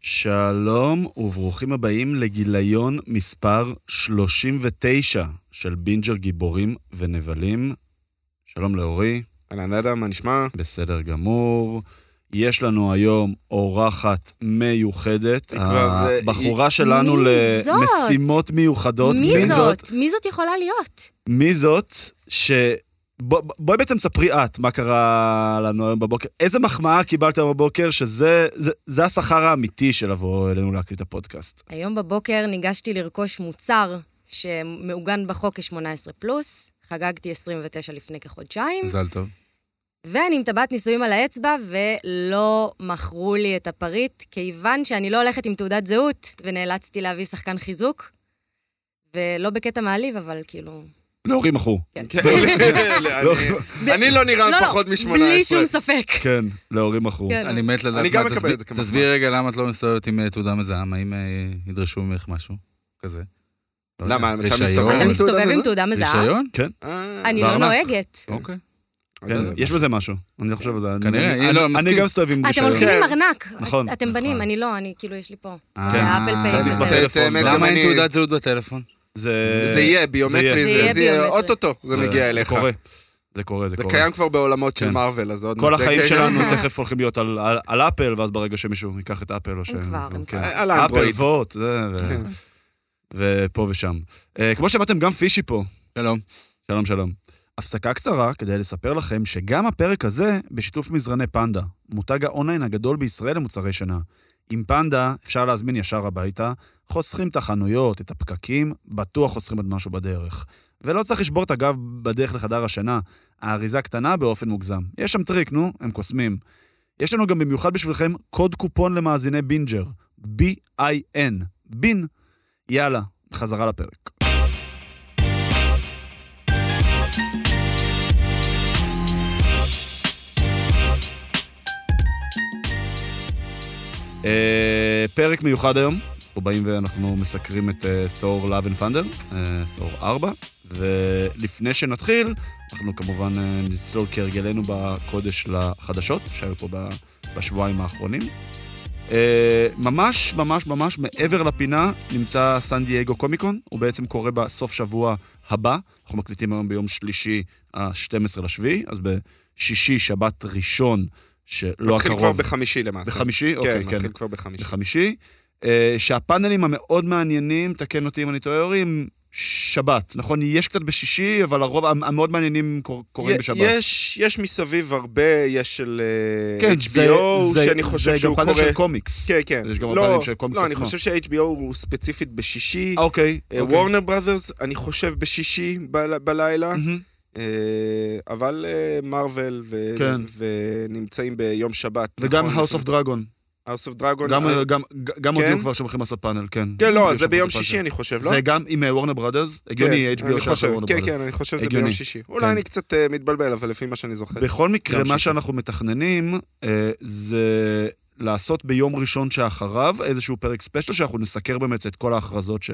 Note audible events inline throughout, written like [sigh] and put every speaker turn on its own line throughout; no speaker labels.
שלום וברוכים הבאים לגיליון מספר 39 של בינג'ר גיבורים ונבלים. שלום לאורי,
אהלן אדם, מה נשמע?
בסדר גמור. יש לנו היום אורחת מיוחדת,
היא כבר-
הבחורה שלנו
מי זאת?
למשימות מיוחדות.
מי זאת? מי זאת יכולה להיות?
מי זאת ש... בוא- בואי בעצם ספרי את מה קרה לנו היום בבוקר, איזה מחמאה קיבלת היום בבוקר, שזה זה, זה השכר האמיתי של לבוא אלינו להקליט הפודקאסט.
היום בבוקר ניגשתי לרכוש מוצר שמעוגן בחוק כ-18 פלוס, חגגתי 29 לפני כחודשיים,
מזל טוב.
ואני עם טבעת נישואים על האצבע, ולא מכרו לי את הפריט, כיוון שאני לא הולכת עם תעודת זהות, ונאלצתי להביא שחקן חיזוק, ולא בקטע מעליב, אבל כאילו...
להורים אחו.
כן.
[laughs] אני לא נראה פחות מ-18.
בלי שום ספק.
כן, להורים אחו.
כן.
אני מת לדעת
אני גם
מה,
מקבל
תסביר-
את זה כמחמאה.
תסבירי רגע למה את לא מסתובבת עם אה, תעודה מזהה, האם אה, ידרשו ממך משהו כזה? לא יודע,
למה, אתה
רישיון?
מסתובב
אתה
עם
מסתובב עם תעודה מזהה?
רישיון?
אה.
אני לא
בארנק.
נוהגת.
אוקיי.
לא,
כן, יש בזה משהו, אני לא חושב על זה. אני-
כנראה,
אני-
אה, לא,
אני-
מסכים.
אני גם מסתובב עם
אתם
רישיון.
הולכים עם
כן.
ארנק.
נכון,
אתם בנים,
נכון.
אני לא, אני כאילו, יש לי פה.
אה,
כן.
אפל פיי.
כרטיס
וזה.
בטלפון.
האמת,
למה
אה, גם
אין
אני-
תעודת זהות בטלפון?
זה...
זה יהיה ביומטרי,
זה
יהיה.
זה-
זה
זה
יהיה
יהיה
ביומטרי.
אוטוטו, זה מגיע אליך.
זה קורה. זה קורה, זה
זה
קורה.
קיים כבר בעולמות של
כן.
מארוול, אז עוד...
כל
מעט-
החיים
כן,
שלנו
כן.
תכף הולכים להיות על- על- על אפל, ואז ברגע שמישהו ייקח את אפל או ש...
כבר,
כן.
הם כבר.
על
אפל
האנדרואיד.
ווט, זה, ו-
כן.
ופה ושם. אה, כמו שמעתם, גם פישי פה.
שלום.
שלום, שלום. הפסקה קצרה כדי לספר לכם שגם הפרק הזה בשיתוף מזרני פנדה, מותג האונליין הגדול בישראל למוצרי שינה. עם פנדה אפשר להזמין ישר הביתה, חוסכים את החנויות, את הפקקים, בטוח חוסכים עוד משהו בדרך. ולא צריך לשבור את הגב בדרך לחדר השינה, האריזה קטנה באופן מוגזם. יש שם טריק, נו, הם קוסמים. יש לנו גם במיוחד בשבילכם קוד קופון למאזיני בינג'ר, B-I-N, בין. יאללה, חזרה לפרק. אה, פרק מיוחד היום, אנחנו באים ואנחנו מסקרים את אה, Thor Love and Thunder, אה, Thor 4, ולפני שנתחיל, אנחנו כמובן אה, נצלול כהרגלנו בקודש לחדשות שהיו פה ב- בשבועיים האחרונים. אה, ממש, ממש, ממש מעבר לפינה נמצא סן דייגו קומיקון, הוא בעצם קורה בסוף שבוע הבא. אנחנו מקליטים היום ביום שלישי, ה-12 לשביעי, אז בשישי, שבת ראשון, שלא לא הקרוב.
מתחיל כבר בחמישי למעשה.
בחמישי? אוקיי,
כן,
כן.
מתחיל כבר בחמישי.
לחמישי, אה, שהפאנלים המאוד מעניינים, תקן אותי אם אני טועה, אורי, הם שבת, נכון? יש קצת בשישי, אבל הרוב המ- המאוד מעניינים קור- קורים
י-
בשבת.
יש- יש מסביב הרבה, יש של אה,
כן, זה-
HBO,
זה-
שאני חושב
זה גם
שהוא קורא...
פאנל של קומיקס.
כן, כן.
יש גם
לא,
הפאנלים של קומיקס
לא, אני
עצמו.
חושב ש-HBO הוא ספציפית בשישי.
אה, אוקיי. אוקיי.
וורנר בראזרס, אני חושב בשישי בל- בלילה,
מהמם.
אה, אבל מרוויל
כן.
ונמצאים ביום שבת. נכון,
וגם House of Dragon.
House of Dragon.
גם-
אה,
גם- גם
כן?
הודיעו כבר שהולכים לעשות פאנל, כן.
כן, לא,
הודיעו
זה
שהולכים
ביום
לעשות
שישי,
פאנל.
אני חושב, לא?
זה גם עם וורנר בראדרס, הגיוני,
כן,
HBO
אני
שעכשיו
חושב,
וורנר
כן,
בראדרס.
כן, אני חושב שזה
הגיוני.
ביום שישי.
כן.
אולי אני קצת אה, מתבלבל, אבל לפי מה שאני זוכר.
בכל מקרה,
גם
מה
שישי.
שאנחנו מתכננים אה, זה לעשות ביום ראשון שאחריו איזשהו פרק ספיישל, שאנחנו נסקר באמת את כל ההכרזות ש...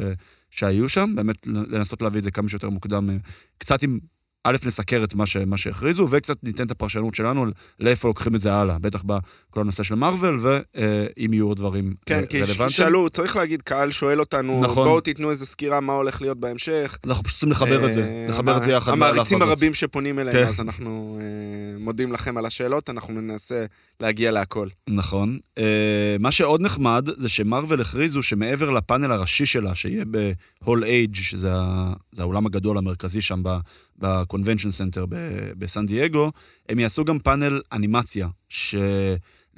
שהיו שם, באמת לנסות להביא את זה כמה שיותר מוקדם, אה, קצת עם... א', נסקר את מה, ש, מה שהכריזו, וקצת ניתן את הפרשנות שלנו לאיפה לוקחים את זה הלאה, בטח בכל הנושא של מארוול, ואם יהיו עוד דברים אה,
כן, כי
רלוונטיים.
שאלו, צריך להגיד, קהל שואל אותנו,
נכון.
בואו תיתנו איזה סקירה מה הולך להיות בהמשך.
אנחנו פשוט צריכים לחבר את זה,
אה,
לחבר את זה
המע-
יחד.
המעריצים
להכרזות.
הרבים שפונים
כן.
אלינו, אז אנחנו אה, מודים לכם על השאלות, אנחנו ננסה להגיע להכל.
נכון. Uh, מה שעוד נחמד זה שמרוול הכריזו שמעבר לפאנל הראשי שלה, שיהיה בהול אייג', שזה ה- זה האולם הגדול המרכזי שם ב- בקונבנשן סנטר ב- בסן דייגו, הם יעשו גם פאנל אנימציה,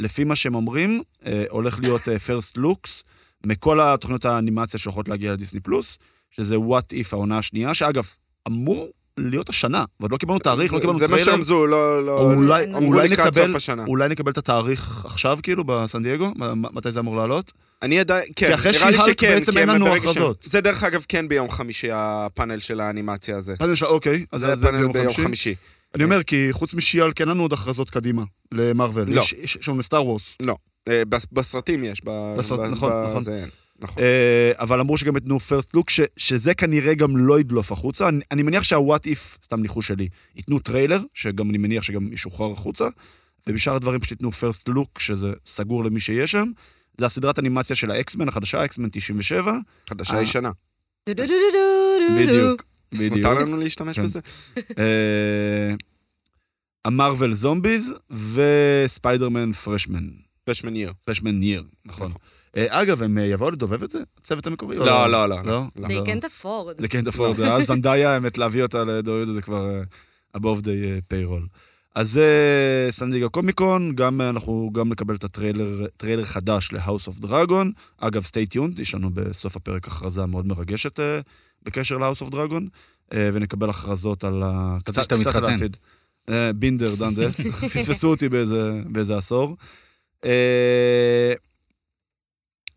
שלפי מה שהם אומרים, uh, הולך להיות פרסט uh, לוקס מכל התוכניות האנימציה שהולכות להגיע לדיסני פלוס, שזה וואט איף העונה השנייה, שאגב, אמור להיות השנה, ועוד לא קיבלנו תאריך, לא קיבלנו
אה, זה מה
טריילר.
שרמזו, לא... לא-
או אולי,
אמרו
אולי,
לקראת
נקבל,
סוף השנה.
אולי נקבל את התאריך עכשיו, כאילו, בסן דייגו? מה- מה- מתי זה אמור לעלות?
אני עדיין, כן,
כי אחרי
נראה לי
שהלק
שכן,
בעצם
כי
אין
הם
לנו
ברגע
הכרזות.
שהם- זה דרך אגב כן ביום חמישי, הפאנל של האנימציה הזה.
פאנל שעה, אוקיי, אז
זה
זה
הפאנל ביום חמישי.
אני אומר, כי חוץ משיאל, כן, אין לנו עוד הכרזות קדימה למרוויל.
לא.
יש יש שם לסטאר וורס.
אה, בס- בסרטים יש, ב-
בסרט,
ב-
נכון,
ב-
נכון.
זה אין. נכון.
אה, אבל אמרו שגם יתנו פרסט לוק, ש- שזה כנראה גם לא ידלוף החוצה. אני, אני מניח שהוואט איף, סתם ניחוש שלי, ייתנו טריילר, שגם אני מניח שגם ישוחרר החוצה, ובשאר הדברים פשוט ייתנו פרסט לוק, שזה סגור למי שיש שם. זה הסדרת אנימציה של האקסמן החדשה, אקסמן 97.
חדשה
אה,
ישנה.
דו דו דו דו דו דו.
בדיוק,
מותר לנו להשתמש
כן.
בזה?
אה, המרוויל זומביז וספיידרמן פרשמן.
פשמן ייר.
פרשמן ניר, נכון. אה, אגב, הם אה, יבואו לדובב את זה? הצוות המקורי? או
לא, לא, לא.
לא?
לא.
They can't afford.
זה כן דפור, אז זנדאיה, האמת, להביא אותה לדוריות, זה כבר אה, above the אה, payroll. אז זה סנדיגה קומיקון, גם אה, אנחנו גם נקבל את הטריילר טריילר חדש ל-House of Dragon. אגב, stay tuned, יש לנו בסוף הפרק הכרזה מאוד מרגשת אה, בקשר ל-House of Dragon, אה, ונקבל הכרזות על ה...
חשבתי שאתה
קצת על
מתחתן.
העתיד. אה, בינדר, דן דט, [laughs] פספסו אותי באיזה- באיזה עשור. אה,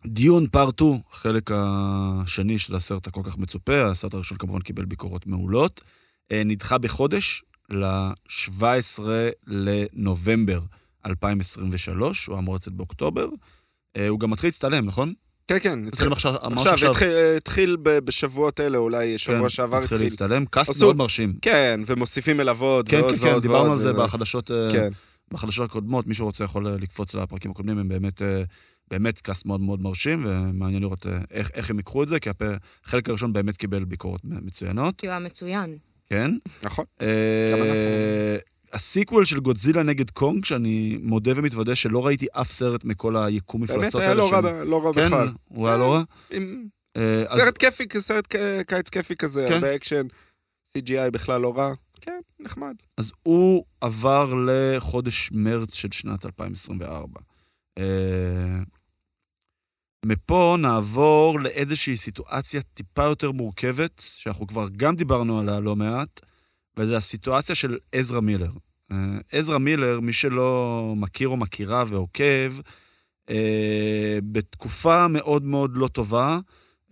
דיון פארט 2, חלק השני של הסרט הכל כך מצופה, הסרט הראשון כמובן קיבל ביקורות מעולות, אה, נדחה בחודש ל-17 לנובמבר 2023, הוא אמור לצאת באוקטובר. אה, הוא גם מתחיל להצטלם, נכון?
כן, כן.
מתחילים עכשיו, אמרת
עכשיו,
עכשיו.
התחיל- התחיל ב- בשבועות אלה, אולי שבוע
כן,
שעבר
התחיל
התחיל.
להצטלם, קאסט
עשו-
מאוד מרשים.
כן, ומוסיפים מלוות
כן,
ועוד ועוד
כן, כן,
ועוד.
דיברנו על זה
ו-
בחדשות אה,
כן,
בחדשות הקודמות, מי שרוצה יכול אה, לקפוץ לפרקים הקודמים, הם באמת, אה, באמת קאסט מאוד מאוד מרשים, ומעניין לראות אה, איך, איך הם ייקחו את זה, כי הפ- החלק הראשון באמת קיבל ביקורות מ- מצוינות,
כי הוא היה מצוין.
כן?
נכון.
אה,
אנחנו.
הסיקוול של גודזילה נגד קונג, שאני מודה ומתוודה שלא ראיתי אף סרט מכל היקום
באמת
מפלצות
היה
האלה.
לא רע
שהם-
ב- לא רע
כן,
בכלל.
הוא היה לא רע.
עם-
אה, אז-
סרט כיפי, כ- סרט כ- קיץ כיפי כזה,
כן.
הרבה אקשן, CGI בכלל לא רע. כן, נחמד.
אז הוא עבר לחודש מרץ של שנת 2024. אה, מפה נעבור לאיזושהי סיטואציה טיפה יותר מורכבת, שאנחנו כבר גם דיברנו עליה לא מעט, וזו הסיטואציה של עזרא מילר. אה, עזרא מילר, מי שלא מכיר או מכירה ועוקב, אה, בתקופה מאוד מאוד לא טובה,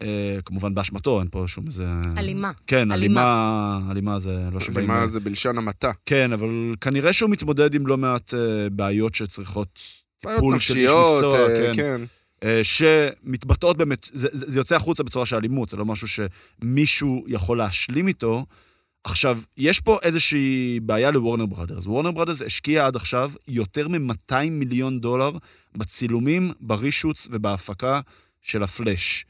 אה, כמובן באשמתו, אין פה שום איזה...
אלימה.
כן,
אלימה.
אלימה, אלימה זה לא שבאים...
מה זה בלשון המעטה.
כן, אבל כנראה שהוא מתמודד עם לא מעט אה, בעיות שצריכות
בעיות
טיפול של איש
נפשיות,
מקצוע,
אה,
כן.
כן.
אה, שמתבטאות באמת, זה, זה, זה יוצא החוצה בצורה של אלימות, זה לא משהו שמישהו יכול להשלים איתו. עכשיו, יש פה איזושהי בעיה לוורנר בראדרס. וורנר בראדרס השקיע עד עכשיו יותר מ-200 מיליון דולר בצילומים, ברישוץ ובהפקה של הפלאש.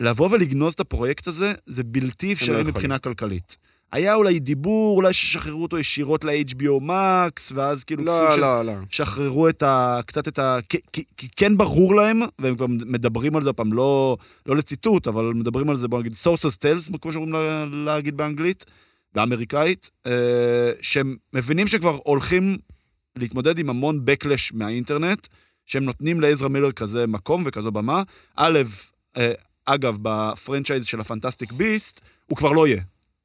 לבוא ולגנוז את הפרויקט הזה, זה בלתי אפשרי
לא יכולים.
מבחינה כלכלית. היה אולי דיבור, אולי ששחררו אותו ישירות ל-HBO Max, ואז כאילו סוג
לא,
של
לא, לא.
שחררו את ה... קצת את ה... כי, כי, כי כן ברור להם, והם כבר מדברים על זה הפעם, לא, לא לציטוט, אבל מדברים על זה, בוא נגיד, sources tells, כמו שאומרים לה, להגיד באנגלית, באמריקאית, אה, שהם מבינים שכבר הולכים להתמודד עם המון backlash מהאינטרנט, שהם נותנים לעזרא מילר כזה מקום וכזו במה. א', אה, אגב, בפרנצ'ייז של הפנטסטיק ביסט, הוא כבר לא יהיה.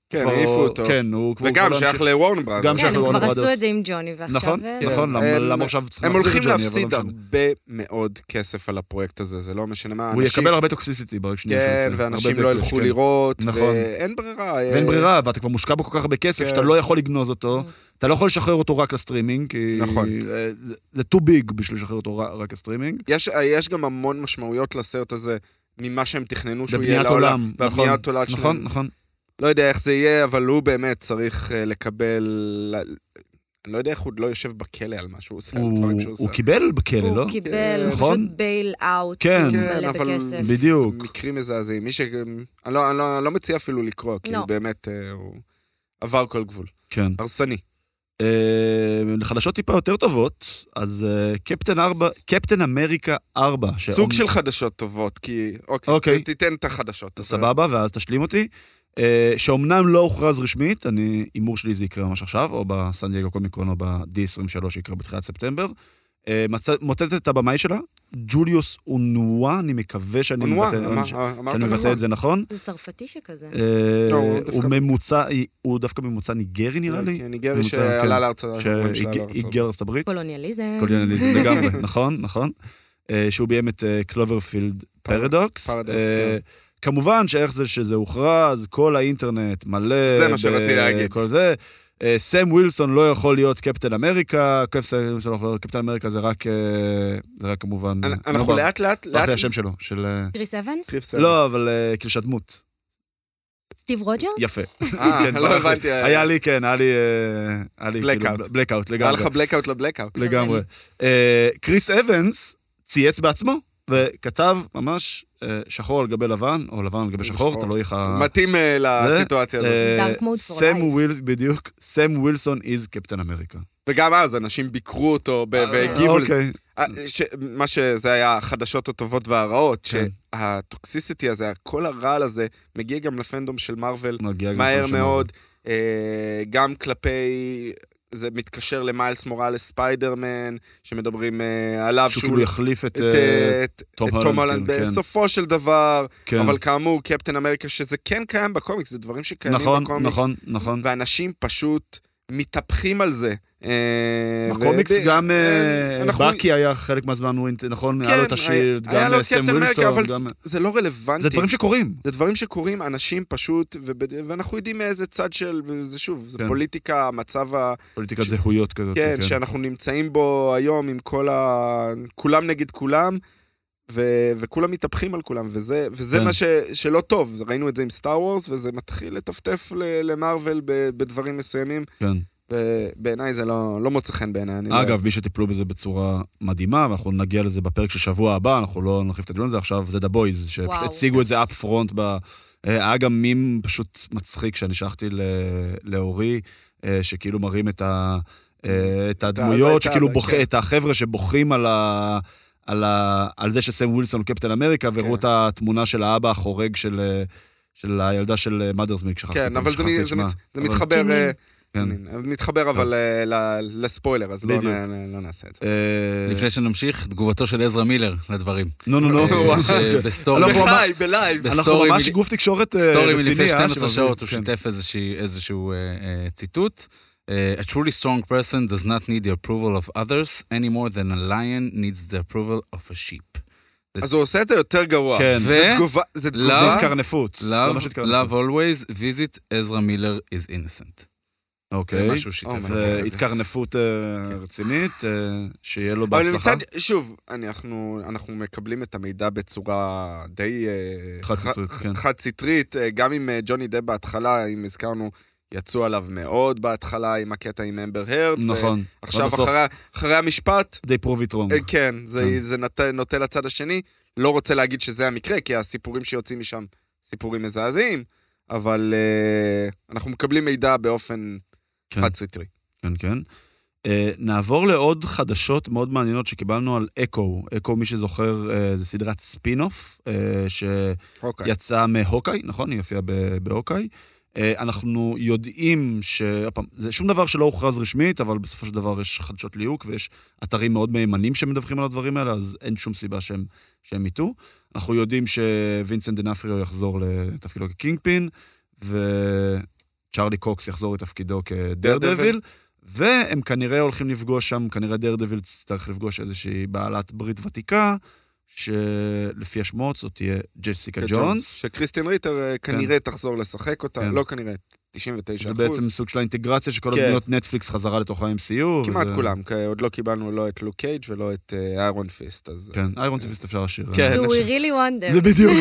כן,
כבר-
העיפו אותו.
כן, הוא הוא כבר...
וגם
לא
שייך
ימשיך.
לוורן בראדרס.
גם
כן,
שייך
הם
לוורנר
כבר עשו
בראדרס.
את זה עם ג'וני, ועכשיו...
לא נכון,
אה,
נכון, למה-
כן. הם-
למה עכשיו צריכים
הם
להחזיר
הולכים
את ג'וני, אבל לא
להפסיד
משנה.
הרבה מאוד כסף על הפרויקט הזה, זה לא משנה מה.
הוא
אנשים-
יקבל הרבה טוקסיסיטי ברגע שנייה
כן,
שהוא יוצא.
ואנשים
הרבה
לא
backlash,
ילכו
כן.
לראות,
נכון.
ואין ברירה.
ואין
אה,
ברירה, ואתה כבר מושקע בו כל כך הרבה כסף,
כן.
שאתה לא יכול לגנוז אותו,
Mm.
אתה לא יכול לשחרר אותו רק לסטרימינג, כי...
נכון.
אה, זה- זה too big בשביל לשחרר אותו ר- רק לסטרימינג.
יש, אה, יש גם המון משמעויות לסרט הזה ממה שהם תכננו שהוא יהיה
בבניית
לעולם.
עולם, נכון.
והבניית עולם שלהם.
נכון, נכון.
לא יודע איך זה יהיה, אבל הוא באמת צריך אה, לקבל... אני לא יודע איך הוא לא יושב בכלא על מה שהוא עושה, על
הוא-
דברים כן, שהוא
הוא
עושה.
קיבל בכלא, לא?
הוא קיבל, הוא
נכון?
פשוט בייל אאוט,
כן.
כן,
מלא
אבל-
בכסף.
בדיוק.
מקרים מזעזעים. מי ש... אני לא, אני לא, אני לא מציע אפילו לקרוא, כי
לא.
הוא באמת, אה, הוא עבר כל גבול.
כן.
הרסני.
אה, לחדשות טיפה יותר טובות, אז אה, קפטן ארבע- קפטן אמריקה 4.
סוג של חדשות טובות, כי... אוקיי,
אוקיי.
תיתן את החדשות. אבל-
סבבה, ואז תשלים אותי. אה, שאומנם לא הוכרז רשמית, אני, הימור שלי זה יקרה ממש עכשיו, או בסן דייגו קומיקון או ב-D23 שיקרה בתחילת ספטמבר. אה, מצא- מוצאת את הבמאי שלה, ג'וליוס אונואה, אני מקווה שאני
אונווה,
מבטא-
אמר-
ש-
אמרת
שאני מבטא
נכון.
את זה נכון.
זה צרפתי שכזה.
אה,
לא, הוא
הוא
דווקא-
ממוצע, הוא דווקא ממוצע ניגרי נראה לי,
כן, ניגרי
ממוצע,
שעלה
כן.
לארצות הברית.
שהיגר לארצות הברית.
קולוניאליזם.
[laughs]
קולוניאליזם לגמרי, נכון, נכון. אה, שהוא ביים את אה, קלוברפילד
פר-
פרדוקס.
פרדוקס,
אה,
כן.
כמובן שאיך זה שזה הוכרז, כל האינטרנט מלא.
זה מה
ב-
שרציתי להגיד.
כל זה. אה, סם ווילסון לא יכול להיות קפטן אמריקה, קפטן שלו יכול להיות קפטן אמריקה זה רק, אה, זה רק כמובן...
אנ-
לא
אנחנו
בא-
לאט לאט
ברח
לאט...
לי השם שלו, של... אה,
קריס אבנס?
קריב סלע.
לא, אבל אה, כאילו שהדמות.
סטיב רוג'רס?
יפה.
אה,
[laughs] כן,
לא
ברח לי.
הבנתי.
היה לי, כן, היה לי... אה, היה לי כאילו
Blackout.
blackout,
היה
לגמרי.
לך לא בלקאוט לבלקאוט.
לגמרי. אה, קריס אבנס צייץ בעצמו וכתב ממש אה, שחור על גבי לבן, או לבן על גבי שחור,
שחור.
תלוי איך ה...
מתאים אה,
זה-
לסיטואציה הזאת.
אה,
Dark mode for
סם
life.
ווילס, בדיוק, סם ווילסון איז קפטן אמריקה.
וגם אז אנשים ביקרו אותו ב- והגיבו לזה.
אוקיי,
אה, ש- מה שזה היה החדשות הטובות והרעות,
כן.
שהטוקסיסיטי הזה, כל הרעל הזה, מגיע גם לפנדום של מארוול
נגיע גם...
מהר
לשם.
מאוד, אה, גם כלפי... זה מתקשר למיילס מוראלס ספיידרמן, שמדברים אה, עליו
שהוא כאילו יחליף את...
את,
אה,
אה, את,
תום
את
הולנד,
תום הולנד
כן, כן.
בסופו של דבר,
כן.
אבל כן, כאמור, קפטן אמריקה, שזה כן קיים בקומיקס, זה דברים שקיימים
נכון,
בקומיקס.
נכון, נכון.
ואנשים פשוט מתהפכים על זה. אה,
בקומיקס
וב-
גם
אה,
אה,
אנחנו-
בקי היה חלק מהזמן, הוא אינט- נכון? היה
כן,
לו את השילד,
היה- היה
גם
לו
אה, סם
קפטן אמריקה,
ווילסון,
אבל-
גם... אה,
זה לא רלוונטי.
זה דברים שקורים.
זה דברים שקורים, אנשים פשוט, ובד... ואנחנו יודעים מאיזה צד של, זה שוב, זה
כן.
פוליטיקה, המצב ה...
פוליטיקת
ש-
זהויות כזאת.
כן, שאנחנו נמצאים בו היום עם כל ה... כולם נגד כולם, ו... וכולם מתהפכים על כולם, וזה, וזה
כן.
מה ש... שלא טוב, ראינו את זה עם סטאר וורס, וזה מתחיל לטפטף ל... למרוויל ב... בדברים מסוימים,
כן.
ובעיניי זה לא, לא מוצא חן בעיניי. אני לא...
אגב, מי שטיפלו בזה בצורה מדהימה, ואנחנו נגיע לזה בפרק של שבוע הבא, אנחנו לא נרחיב את הדיון הזה עכשיו, זה דה בויז, שפשוט
וואו.
הציגו את זה אפ פרונט. ב- אה, היה גם מים פשוט מצחיק שאני שלחתי ל- לאורי, אה, שכאילו מראים את ה- אה, את הדמויות,
את ה-
שכאילו
כן.
בוכה, את החבר'ה שבוכים על ה... על, ה, על זה שסם ווילסון הוא קפטן אמריקה, והראו
כן.
את התמונה של האבא החורג של, אה, של הילדה של אה, מאדרסמיק, שכחתי
כן,
פה,
אבל זה,
שכחתי את
זה,
שמה.
מת... זה
אבל-
מתחבר,
ג'ימי.
אה,
כן.
מתחבר אבל אה, ל- לספוילר, אז לא,
בדיוק.
נ... לא נעשה את זה.
אה,
לפני שנמשיך, תגובתו של עזרא מילר
[laughs]
לדברים.
נו, נו,
[laughs]
נו.
אה,
שבסטורי
אנחנו אמר-
בחי, בלייב.
אנחנו
בסטורי
ממש
מל-
גוף תקשורת אה,
סטורי
רציני,
מלפני
אה,
12
שמביא-
שעות הוא
כן.
שיתף איזושהי- איזשהו אה, אה, ציטוט. אה, A truly strong person does not need the approval of others any more than a lion needs the approval of a sheep.
אז הוא עושה את זה יותר גרוע.
לא- כן.
זה
ו-
תגובה, זה
לא.
זה
תגובה.
התקרנפות.
Love,
לא ממש התקרנפות.
love always, visit Ezra Miller is innocent. זה
אוקיי.
מה שהוא שיתף.
Oh my
זה
אותו.
God.
התקרנפות אה, רצינית, אה, שיהיה לו
כן. אבל
בהצלחה.
מצד, שוב, אנחנו, אנחנו מקבלים את המידע בצורה די... אה,
חד-סטרית,
ח-
כן.
חד-סטרית, אה, גם עם אה, ג'וני דב בהתחלה, אם הזכרנו, יצאו עליו מאוד בהתחלה עם הקטע עם אמבר הרד.
נכון.
עכשיו,
ובסוף-
אחרי, אחרי המשפט,
די פרוביטרום.
אה, כן, זה,
כן.
זה נות, נוטה לצד השני. לא רוצה להגיד שזה המקרה, כי הסיפורים שיוצאים משם, סיפורים מזעזעים, אבל אה, אנחנו מקבלים מידע באופן
כן.
חד-סטרי.
כן, כן. אה, נעבור לעוד חדשות מאוד מעניינות שקיבלנו על אקו. אקו, מי שזוכר, אה, זה סדרת ספינוף, אה, ש...
אוקיי.
יצאה מהוקאי, נכון? היא הופיעה ב- בהוקאי. אה, אנחנו יודעים ש... עוד פעם, זה שום דבר שלא הוכרז רשמית, אבל בסופו של דבר יש חדשות ליהוק ויש אתרים מאוד מהימנים שמדווחים על הדברים האלה, אז אין שום סיבה שהם, שהם יטעו. אנחנו יודעים שווינסנט דנפריו יחזור לתפקידו כקינג פין, וצ'ארלי קוקס יחזור לתפקידו כדר דביל,
דארדביל.
והם כנראה הולכים לפגוש שם, כנראה דר דביל יצטרך לפגוש איזושהי בעלת ברית ותיקה, שלפי השמועות זאת תהיה ג'סיקה ג'ונס.
שקריסטין ריטר אה, כנראה תחזור לשחק אותה,
כן.
לא כנראה, 99
זה
אחוז.
בעצם סוג של האינטגרציה של כל
כן.
הדמויות נטפליקס חזרה לתוך ה-MCU.
כמעט
וזה-
כולם, כי עוד לא קיבלנו לא את לוק קייג' ולא את אה, איירון פיסט, אז...
[laughs] כן, איירון טיפיסט אפשר לשיר.
כן,
Do
נשים.
we really wonder?
זה בדיוק,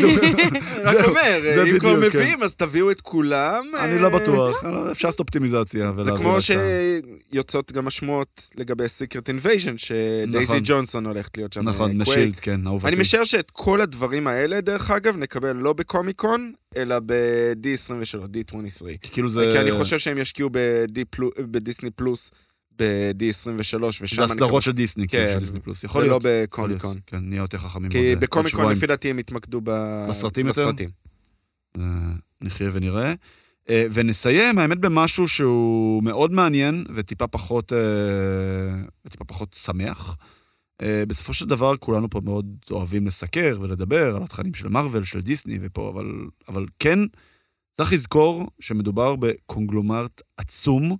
רק אומר,
זה
אה, אם כבר
בדיוק, כן.
מביאים, אז תביאו את כולם.
אני
אה,
לא בטוח, אבל אפשר לעשות אופטימיזציה.
זה
ולהעביר
כמו
את ה-
שיוצאות גם השמועות לגבי סיקרט אינבייז'ן, שדייזי
נכון.
ג'ונסון הולכת להיות שם. אה,
נכון,
קווייק.
משילד, כן, אהובתי.
אני משער שאת כל הדברים האלה, דרך אגב, נקבל לא בקומיקון, אלא ב-D23, D23.
כי כאילו זה...
זה... כי כן, אני חושב שהם ישקיעו ב-D פלו- בדיסני פלוס, ב-D23, ושם
זה
אני
הסדרות של דיסני, כן,
כן,
של דיסני פלוס. יכול
מקווה, ולא
להיות. יכול להיות.
בקומיקון.
כן, נהיה יותר חכמים. עוד,
כי
אה, עוד
בקומיקון
שבועיים.
לפי דעתי הם התמקדו ב...
בסרטים יותר?
בסרטים.
אה, נחיה ונראה. אה, ונסיים, האמת, במשהו שהוא מאוד מעניין וטיפה פחות, אה, וטיפה פחות שמח. אה, בסופו של דבר, כולנו פה מאוד אוהבים לסקר ולדבר על התכנים של מארוול, של דיסני ופה, אבל, אבל כן, צריך לזכור שמדובר בקונגלומרט עצום,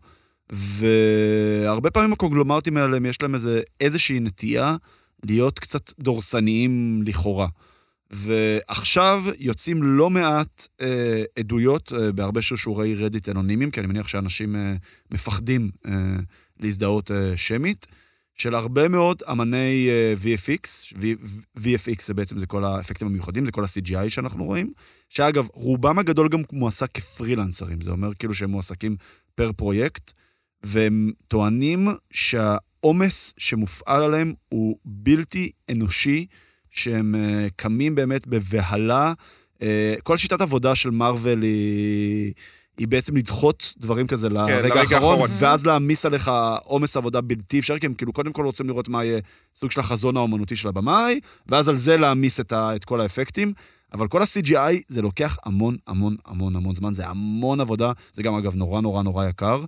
והרבה פעמים הקונגלומרטים האלה, יש להם איזה, איזושהי נטייה להיות קצת דורסניים לכאורה. ועכשיו יוצאים לא מעט אה, עדויות אה, בהרבה שרשורי רדיט אנונימיים, כי אני מניח שאנשים אה, מפחדים אה, להזדהות אה, שמית, של הרבה מאוד אמני אה, VFX, v, VFX זה בעצם זה כל האפקטים המיוחדים, זה כל ה-CGI שאנחנו רואים, שאגב, רובם הגדול גם מועסק כפרילנסרים, זה אומר כאילו שהם מועסקים פר פרויקט, והם טוענים שהעומס שמופעל עליהם הוא בלתי אנושי, שהם אה, קמים באמת בבהלה. אה, כל שיטת עבודה של מארוול היא... היא בעצם לדחות דברים כזה
לרגע
לרגע האחרון,
האחרון.
ואז להעמיס עליך עומס עבודה בלתי אפשרי, כי הם כאילו קודם כל רוצים לראות מה יהיה סוג של החזון האומנותי של הבמאי, ואז על זה להעמיס את, ה, את כל האפקטים. אבל כל ה-CGI זה לוקח המון המון המון המון זמן, זה המון עבודה, זה גם אגב נורא נורא נורא יקר.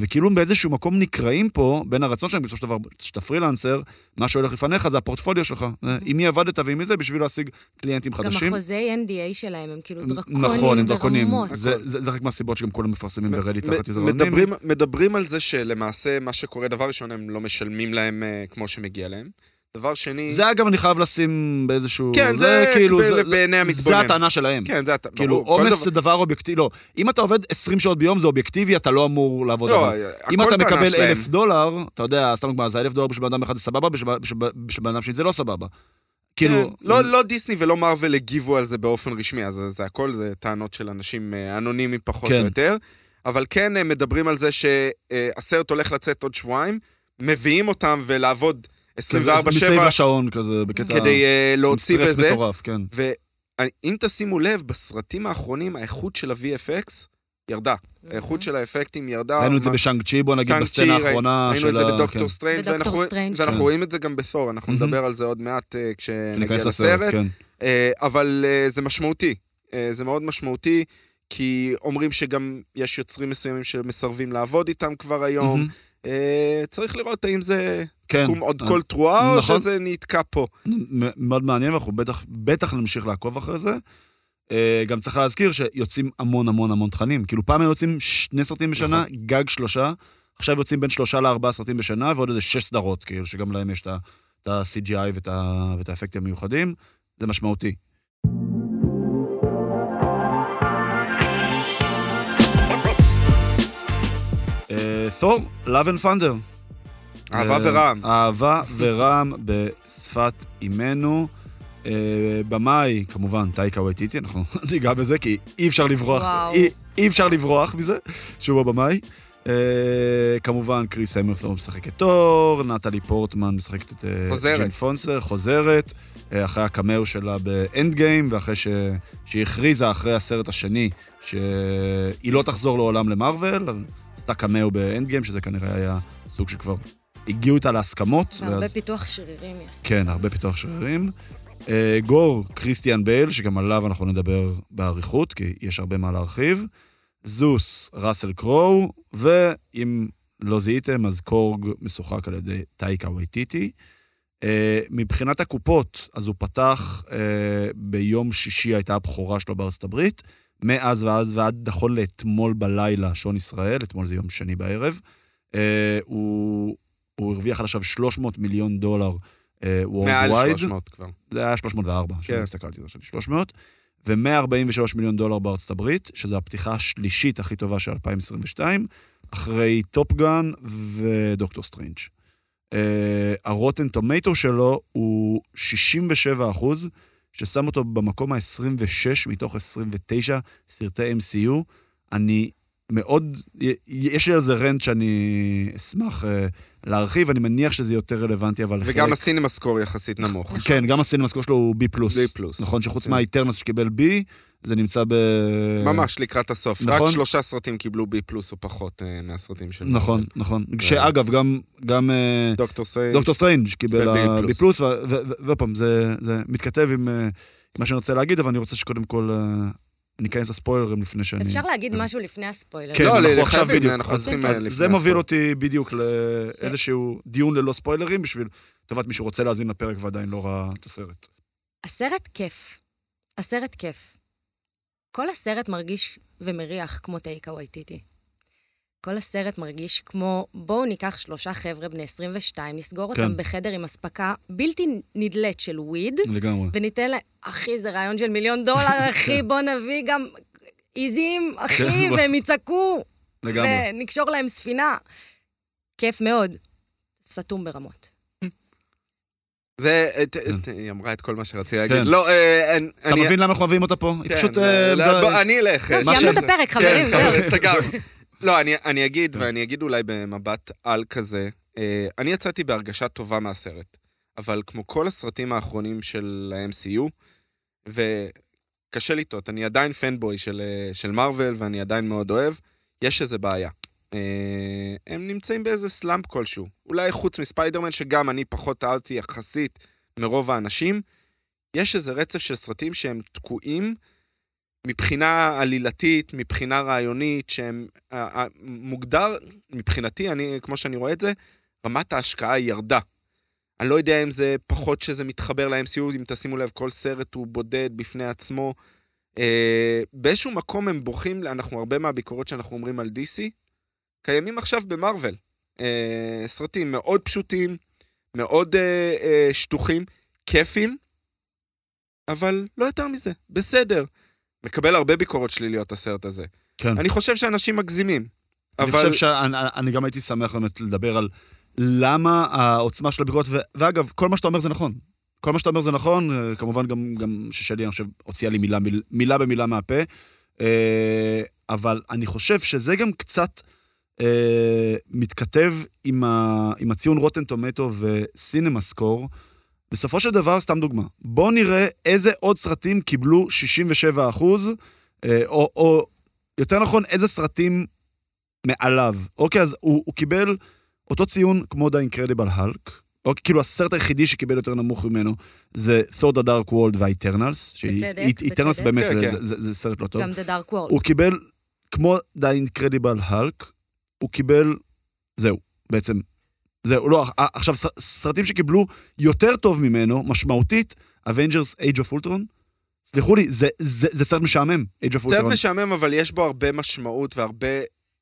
וכאילו הם באיזשהו מקום נקרעים פה בין הרצון שלהם, בסופו של דבר, כשאתה פרילנסר, מה שהולך לפניך זה הפורטפוליו שלך. עם מי עבדת ועם מי זה, בשביל להשיג קליינטים
גם
חדשים.
החוזי NDA שלהם הם כאילו דרקונים
נכון, הם דרקונים.
ברמות.
זה זה- זה חלק מהסיבות שגם כולם מפרסמים ברדיט
מ-
תחת יוזר
מדברים-
אנונימי.
מדברים על זה שלמעשה מה שקורה, דבר ראשון, הם לא משלמים להם אה, כמו שמגיע להם. דבר שני...
זה אגב, אני חייב לשים באיזשהו...
כן, זה
כאילו,
ב-
זה-
בעיני
זה-
המתבונן.
זה הטענה שלהם.
כן, זה אתה,
כאילו,
ברור, כל
עומס
דבר-
זה דבר אובייקטיבי, לא. אם אתה עובד 20 שעות ביום זה אובייקטיבי, אתה לא אמור לעבוד
לא,
עליו.
הכל
אם אתה
טענה
מקבל
שלהם.
אלף דולר, אתה יודע, סתם דוגמא, זה אלף דולר בשביל בן אדם אחד זה סבבה, בשביל בשביל- בשביל בן אדם שני זה לא סבבה. כאילו...
כן, לא, לא דיסני ולא מארוול הגיבו על זה באופן רשמי, אז זה הכל, זה טענות של אנשים אה, אנונימיים פחות
כן.
או יותר. אבל כן הם מדברים על זה שהסרט הולך לצאת עוד שבועיים, מביאים אותם ולעבוד 24-7
כזה כן, מסביב השעון כזה, בקטע...
כדי אה,
עם
להוציא
סטרס
וזה.
מטורף, כן.
ואם תשימו לב, בסרטים האחרונים האיכות של ה-VFX ירדה.
אוקיי. Mm.
האיכות של האפקטים ירדה.
ראינו את זה
אה, מה-
בשאנג צ'י, בוא נגיד,
שאנג צ'י,
בסצנה האחרונה של
ראינו את זה
ה-
בדוקטור
כן,
סטרנג',
בדוקטור
ואנחנו-
סטרנג',
ואנחנו
כן.
רואים את זה גם בסור, אנחנו
מהמם.
נדבר על זה עוד מעט אה, כשנגיע
שניכנס
לסרט.
לסרט, כן.
אה, אבל אה, זה משמעותי. אה, זה מאוד משמעותי, כי אומרים שגם יש יוצרים מסוימים שמסרבים לעבוד איתם כבר היום.
מהמם.
אה, צריך לראות האם זה
כן.
תקום עוד
אז-
כל תרועה, או
נכון.
שזה נתקע פה.
מ- מאוד מעניין, ואנחנו בטח, בטח נמשיך לעקוב אחרי זה. אה, גם צריך להזכיר שיוצאים המון המון המון תכנים. כאילו פעם היו יוצאים שני סרטים בשנה, גג שלושה, עכשיו יוצאים בין שלושה לארבעה סרטים בשנה, ועוד איזה שש סדרות, כאילו, שגם להם יש את ה- את ה-CGI ואת ה- ואת האפקטים המיוחדים. זה משמעותי. אה, תור, Love and Thunder.
אהבה
אה,
ורעם.
אהבה ורעם בשפת אימנו. אה, במאי, כמובן, טייקה וייטיטי, אנחנו [laughs] ניגע בזה, כי אי אפשר לברוח,
וואו.
אי, אי אפשר לברוח מזה, שהוא הבמאי. אה, כמובן, קריס המרתון משחק את תור, נטלי פורטמן משחקת את אה,
חוזרת.
ג'ין פונסר, חוזרת, אה, אחרי הקמר שלה באנד גיים, ואחרי ש... שהיא הכריזה אחרי הסרט השני, שהיא לא תחזור לעולם למארוול, אבל עשתה קמר באנד גיים, שזה כנראה היה סוג שכבר הגיעו איתה להסכמות.
והרבה
ואז-
פיתוח שרירים יש.
כן, הרבה פיתוח שרירים. אה, גור, כריסטיאן בייל, שגם עליו אנחנו נדבר באריכות, כי יש הרבה מה להרחיב. זוס, ראסל קרואו, ואם לא זיהיתם, אז קורג משוחק על ידי טייקה וייטיטי. אה, מבחינת הקופות, אז הוא פתח, אה, ביום שישי הייתה הבכורה שלו בארצות הברית. מאז ואז ועד נכון לאתמול בלילה, שעון ישראל, אתמול זה יום שני בערב, אה, הוא, הוא הרוויח עד עכשיו 300 מיליון דולר אה,
מעל
worldwide.
300 כבר.
זה היה 304, כן.
כן.
הסתכלתי, זה 300, ו-143 מיליון דולר בארצות הברית, שזו הפתיחה השלישית הכי טובה של 2022, אחרי טופגן ודוקטור סטרינג'. אה, הרוטן טומטו שלו הוא 67 אחוז, ששם אותו במקום ה-26 מתוך 29 סרטי MCU. אני מאוד, י- יש לי על זה רנט שאני אשמח אה, להרחיב, אני מניח שזה יותר רלוונטי, אבל
וגם הסינמה סקור יחסית נמוך.
כן, גם הסינמה סקור שלו הוא B פלוס.
B פלוס.
נכון שחוץ
כן.
מהאיטרנס שקיבל B, זה נמצא ב...
ממש לקראת הסוף. רק
נכון.
שלושה סרטים קיבלו B פלוס או פחות אה, מהסרטים של...
נכון,
מארוול.
נכון. כשאגב, גם- גם אה,
כן. דוקטור סטרנג'.
דוקטור סטרנג' קיבל
קיבל B+.
ה- B פלוס, ו- ו- ו- ועוד פעם, זה זה מתכתב עם אה, מה שאני רוצה להגיד, אבל אני רוצה שקודם כל אה, ניכנס לספוילרים לפני שאני...
אפשר להגיד משהו לפני הספוילר.
כן,
לא,
אנחנו
ל-
עכשיו
חייבים,
בדיוק.
אנחנו
אז-
צריכים,
אז
אה, לפני
זה מוביל
הספוילר.
אותי בדיוק לאיזשהו דיון ללא ספוילרים, בשביל לטובת מי שרוצה להאזין לפרק ועדיין לא ראה את הסרט.
הסרט כיף. הסרט כיף. כל הסרט מרגיש ומריח כמו טייקה וייטיטי. כל הסרט מרגיש כמו, בואו ניקח שלושה חבר'ה בני 22, נסגור
כן.
אותם בחדר עם אספקה בלתי נדלית של וויד,
לגמרי.
וניתן להם, אחי, זה רעיון של
[laughs]
מיליון דולר, אחי, בוא נביא גם עיזים, אחי,
כן, [laughs] בוא.
והם יצעקו,
לגמרי.
ונקשור להם ספינה. כיף מאוד. סתום ברמות.
זה, את- את- היא אמרה את כל מה שרציתי
כן.
להגיד. לא, אה, אין-
אתה
אני...
מבין למה אנחנו אוהבים אותה פה? היא
כן,
פשוט...
לא,
אה,
לא,
די.
בוא, אני אלך.
כן,
זהו,
מה
סיימנו
ש-
את הפרק, חברים,
כן,
זהו.
חברים, סגרנו. [laughs] לא, אני, אני אגיד, ואני אגיד אולי במבט על כזה, אה, אני יצאתי בהרגשה טובה מהסרט, אבל כמו כל הסרטים האחרונים של ה-MCU, וקשה לטעות, אני עדיין פנבוי של, אה, של מארוול, ואני עדיין מאוד אוהב, יש איזה בעיה. אה, הם נמצאים באיזה סלאמפ כלשהו. אולי חוץ מספיידרמן, שגם אני פחות אהבתי יחסית מרוב האנשים, יש איזה רצף של סרטים שהם תקועים מבחינה עלילתית, מבחינה רעיונית, שהם אה, אה, מוגדר, מבחינתי, אני, כמו שאני רואה את זה, רמת ההשקעה ירדה. אני לא יודע אם זה פחות שזה מתחבר ל-MCU, אם תשימו לב, כל סרט הוא בודד בפני עצמו. אה, באיזשהו מקום הם בוכים, אנחנו הרבה מהביקורות שאנחנו אומרים על DC, קיימים עכשיו במרוויל. אה, סרטים מאוד פשוטים, מאוד אה, אה, שטוחים, כיפים, אבל לא יותר מזה, בסדר. מקבל הרבה ביקורות שליליות, הסרט הזה.
כן.
אני חושב שאנשים מגזימים.
אני
אבל...
חושב שאני אני גם הייתי שמח באמת לדבר על למה העוצמה של הביקורת, ו- ואגב, כל מה שאתה אומר זה נכון. כל מה שאתה אומר זה נכון, אה, כמובן גם, גם ששלי, אני חושב, הוציאה לי מילה, מיל- מילה במילה מהפה, אה, אבל אני חושב שזה גם קצת אה, מתכתב עם, ה, עם הציון רוטן טומטו וסינמה סקור. בסופו של דבר, סתם דוגמה, בואו נראה איזה עוד סרטים קיבלו 67 אחוז, אה, או, או יותר נכון, איזה סרטים מעליו. אוקיי, אז הוא, הוא קיבל אותו ציון כמו The Incredible Hulk. אוקיי, כאילו הסרט היחידי שקיבל יותר נמוך ממנו זה Thor the Dark World והאיטרנלס.
בצדק,
איטרנלס
בצדק.
באמת, זה,
כן, כן.
זה, זה, זה סרט לא טוב.
גם The Dark World.
הוא קיבל, כמו The Incredible Hulk, הוא קיבל, זהו, בעצם. זהו, לא, אה, עכשיו, ס- סרטים שקיבלו יותר טוב ממנו, משמעותית, Avengers Age of Ultron, סלחו לי, זה, זה, זה סרט משעמם, Age of Ultron.
סרט משעמם, אבל יש בו הרבה משמעות והרבה...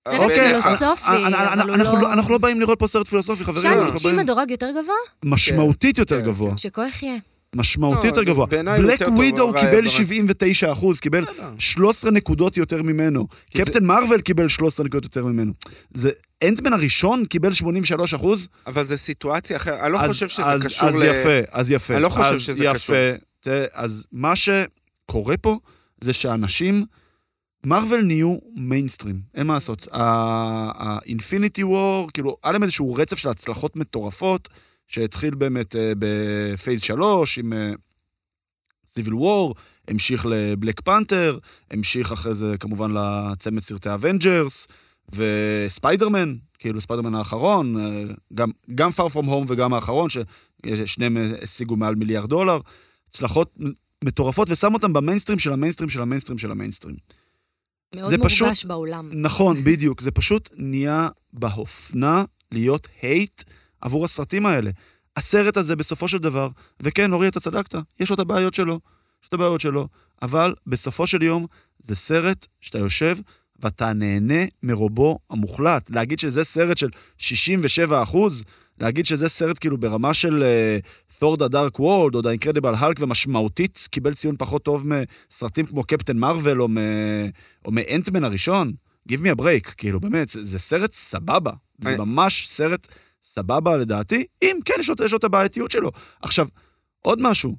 סרט
הרבה-
אוקיי,
פילוסופי,
אה, אה, אה,
אבל הוא
אנחנו
לא-
לא- אנחנו לא באים לראות פה סרט פילוסופי, חברים.
שם
אנחנו
שם
באים-
מדורג יותר גבוה?
משמעותית יותר
כן,
גבוה.
שכוח יהיה.
משמעותי
לא,
יותר גבוה.
בעיניי הוא
בלק
יותר טוב,
ווידו
אבל- לא
קיבל
אבל-
79 אחוז, קיבל
בסדר.
13 נקודות יותר ממנו.
כי זה-
קפטן מרוויל קיבל 13 נקודות יותר ממנו. זה... אנטמן הראשון קיבל 83 אחוז,
אבל זה סיטואציה אחרת, אני לא
אז,
חושב שזה
אז,
קשור
אז
ל...
יפה, אז יפה.
אני לא חושב
אז
שזה
יפה.
קשור.
תראה, אז מה שקורה פה זה שאנשים, מרוויל נהיו מיינסטרים, אין מה לעשות. ה-Infinity War, כאילו, היה להם איזשהו רצף של הצלחות מטורפות, שהתחיל באמת אה, בפייס 3 עם סיביל וור, המשיך לבלק פנתר, המשיך אחרי זה כמובן לצמד סרטי אבנג'רס, וספיידרמן, כאילו ספיידרמן האחרון, אה, גם, גם Far From Home וגם האחרון, ששניהם אה, השיגו מעל מיליארד דולר, הצלחות מטורפות, ושם אותם במיינסטרים של המיינסטרים של המיינסטרים של המיינסטרים.
מאוד
זה פשוט-
מורגש בעולם.
נכון, בדיוק. זה פשוט נהיה באופנה להיות הייט עבור הסרטים האלה. הסרט הזה בסופו של דבר, וכן, אורי, אתה צדקת, יש לו את הבעיות שלו, יש לו את הבעיות שלו, אבל בסופו של יום זה סרט שאתה יושב ואתה נהנה מרובו המוחלט. להגיד שזה סרט של 67 אחוז, להגיד שזה סרט כאילו ברמה של uh, Thor the Dark World או The Incredible Hulk ומשמעותית קיבל ציון פחות טוב מסרטים כמו קפטן מרוויל או, מ- או מאנטמן הראשון, give me a break, כאילו באמת, זה, זה סרט סבבה, זה
אני-
ממש סרט סבבה לדעתי, אם כן, יש לו- יש לו את הבעייתיות שלו. עכשיו, עוד משהו,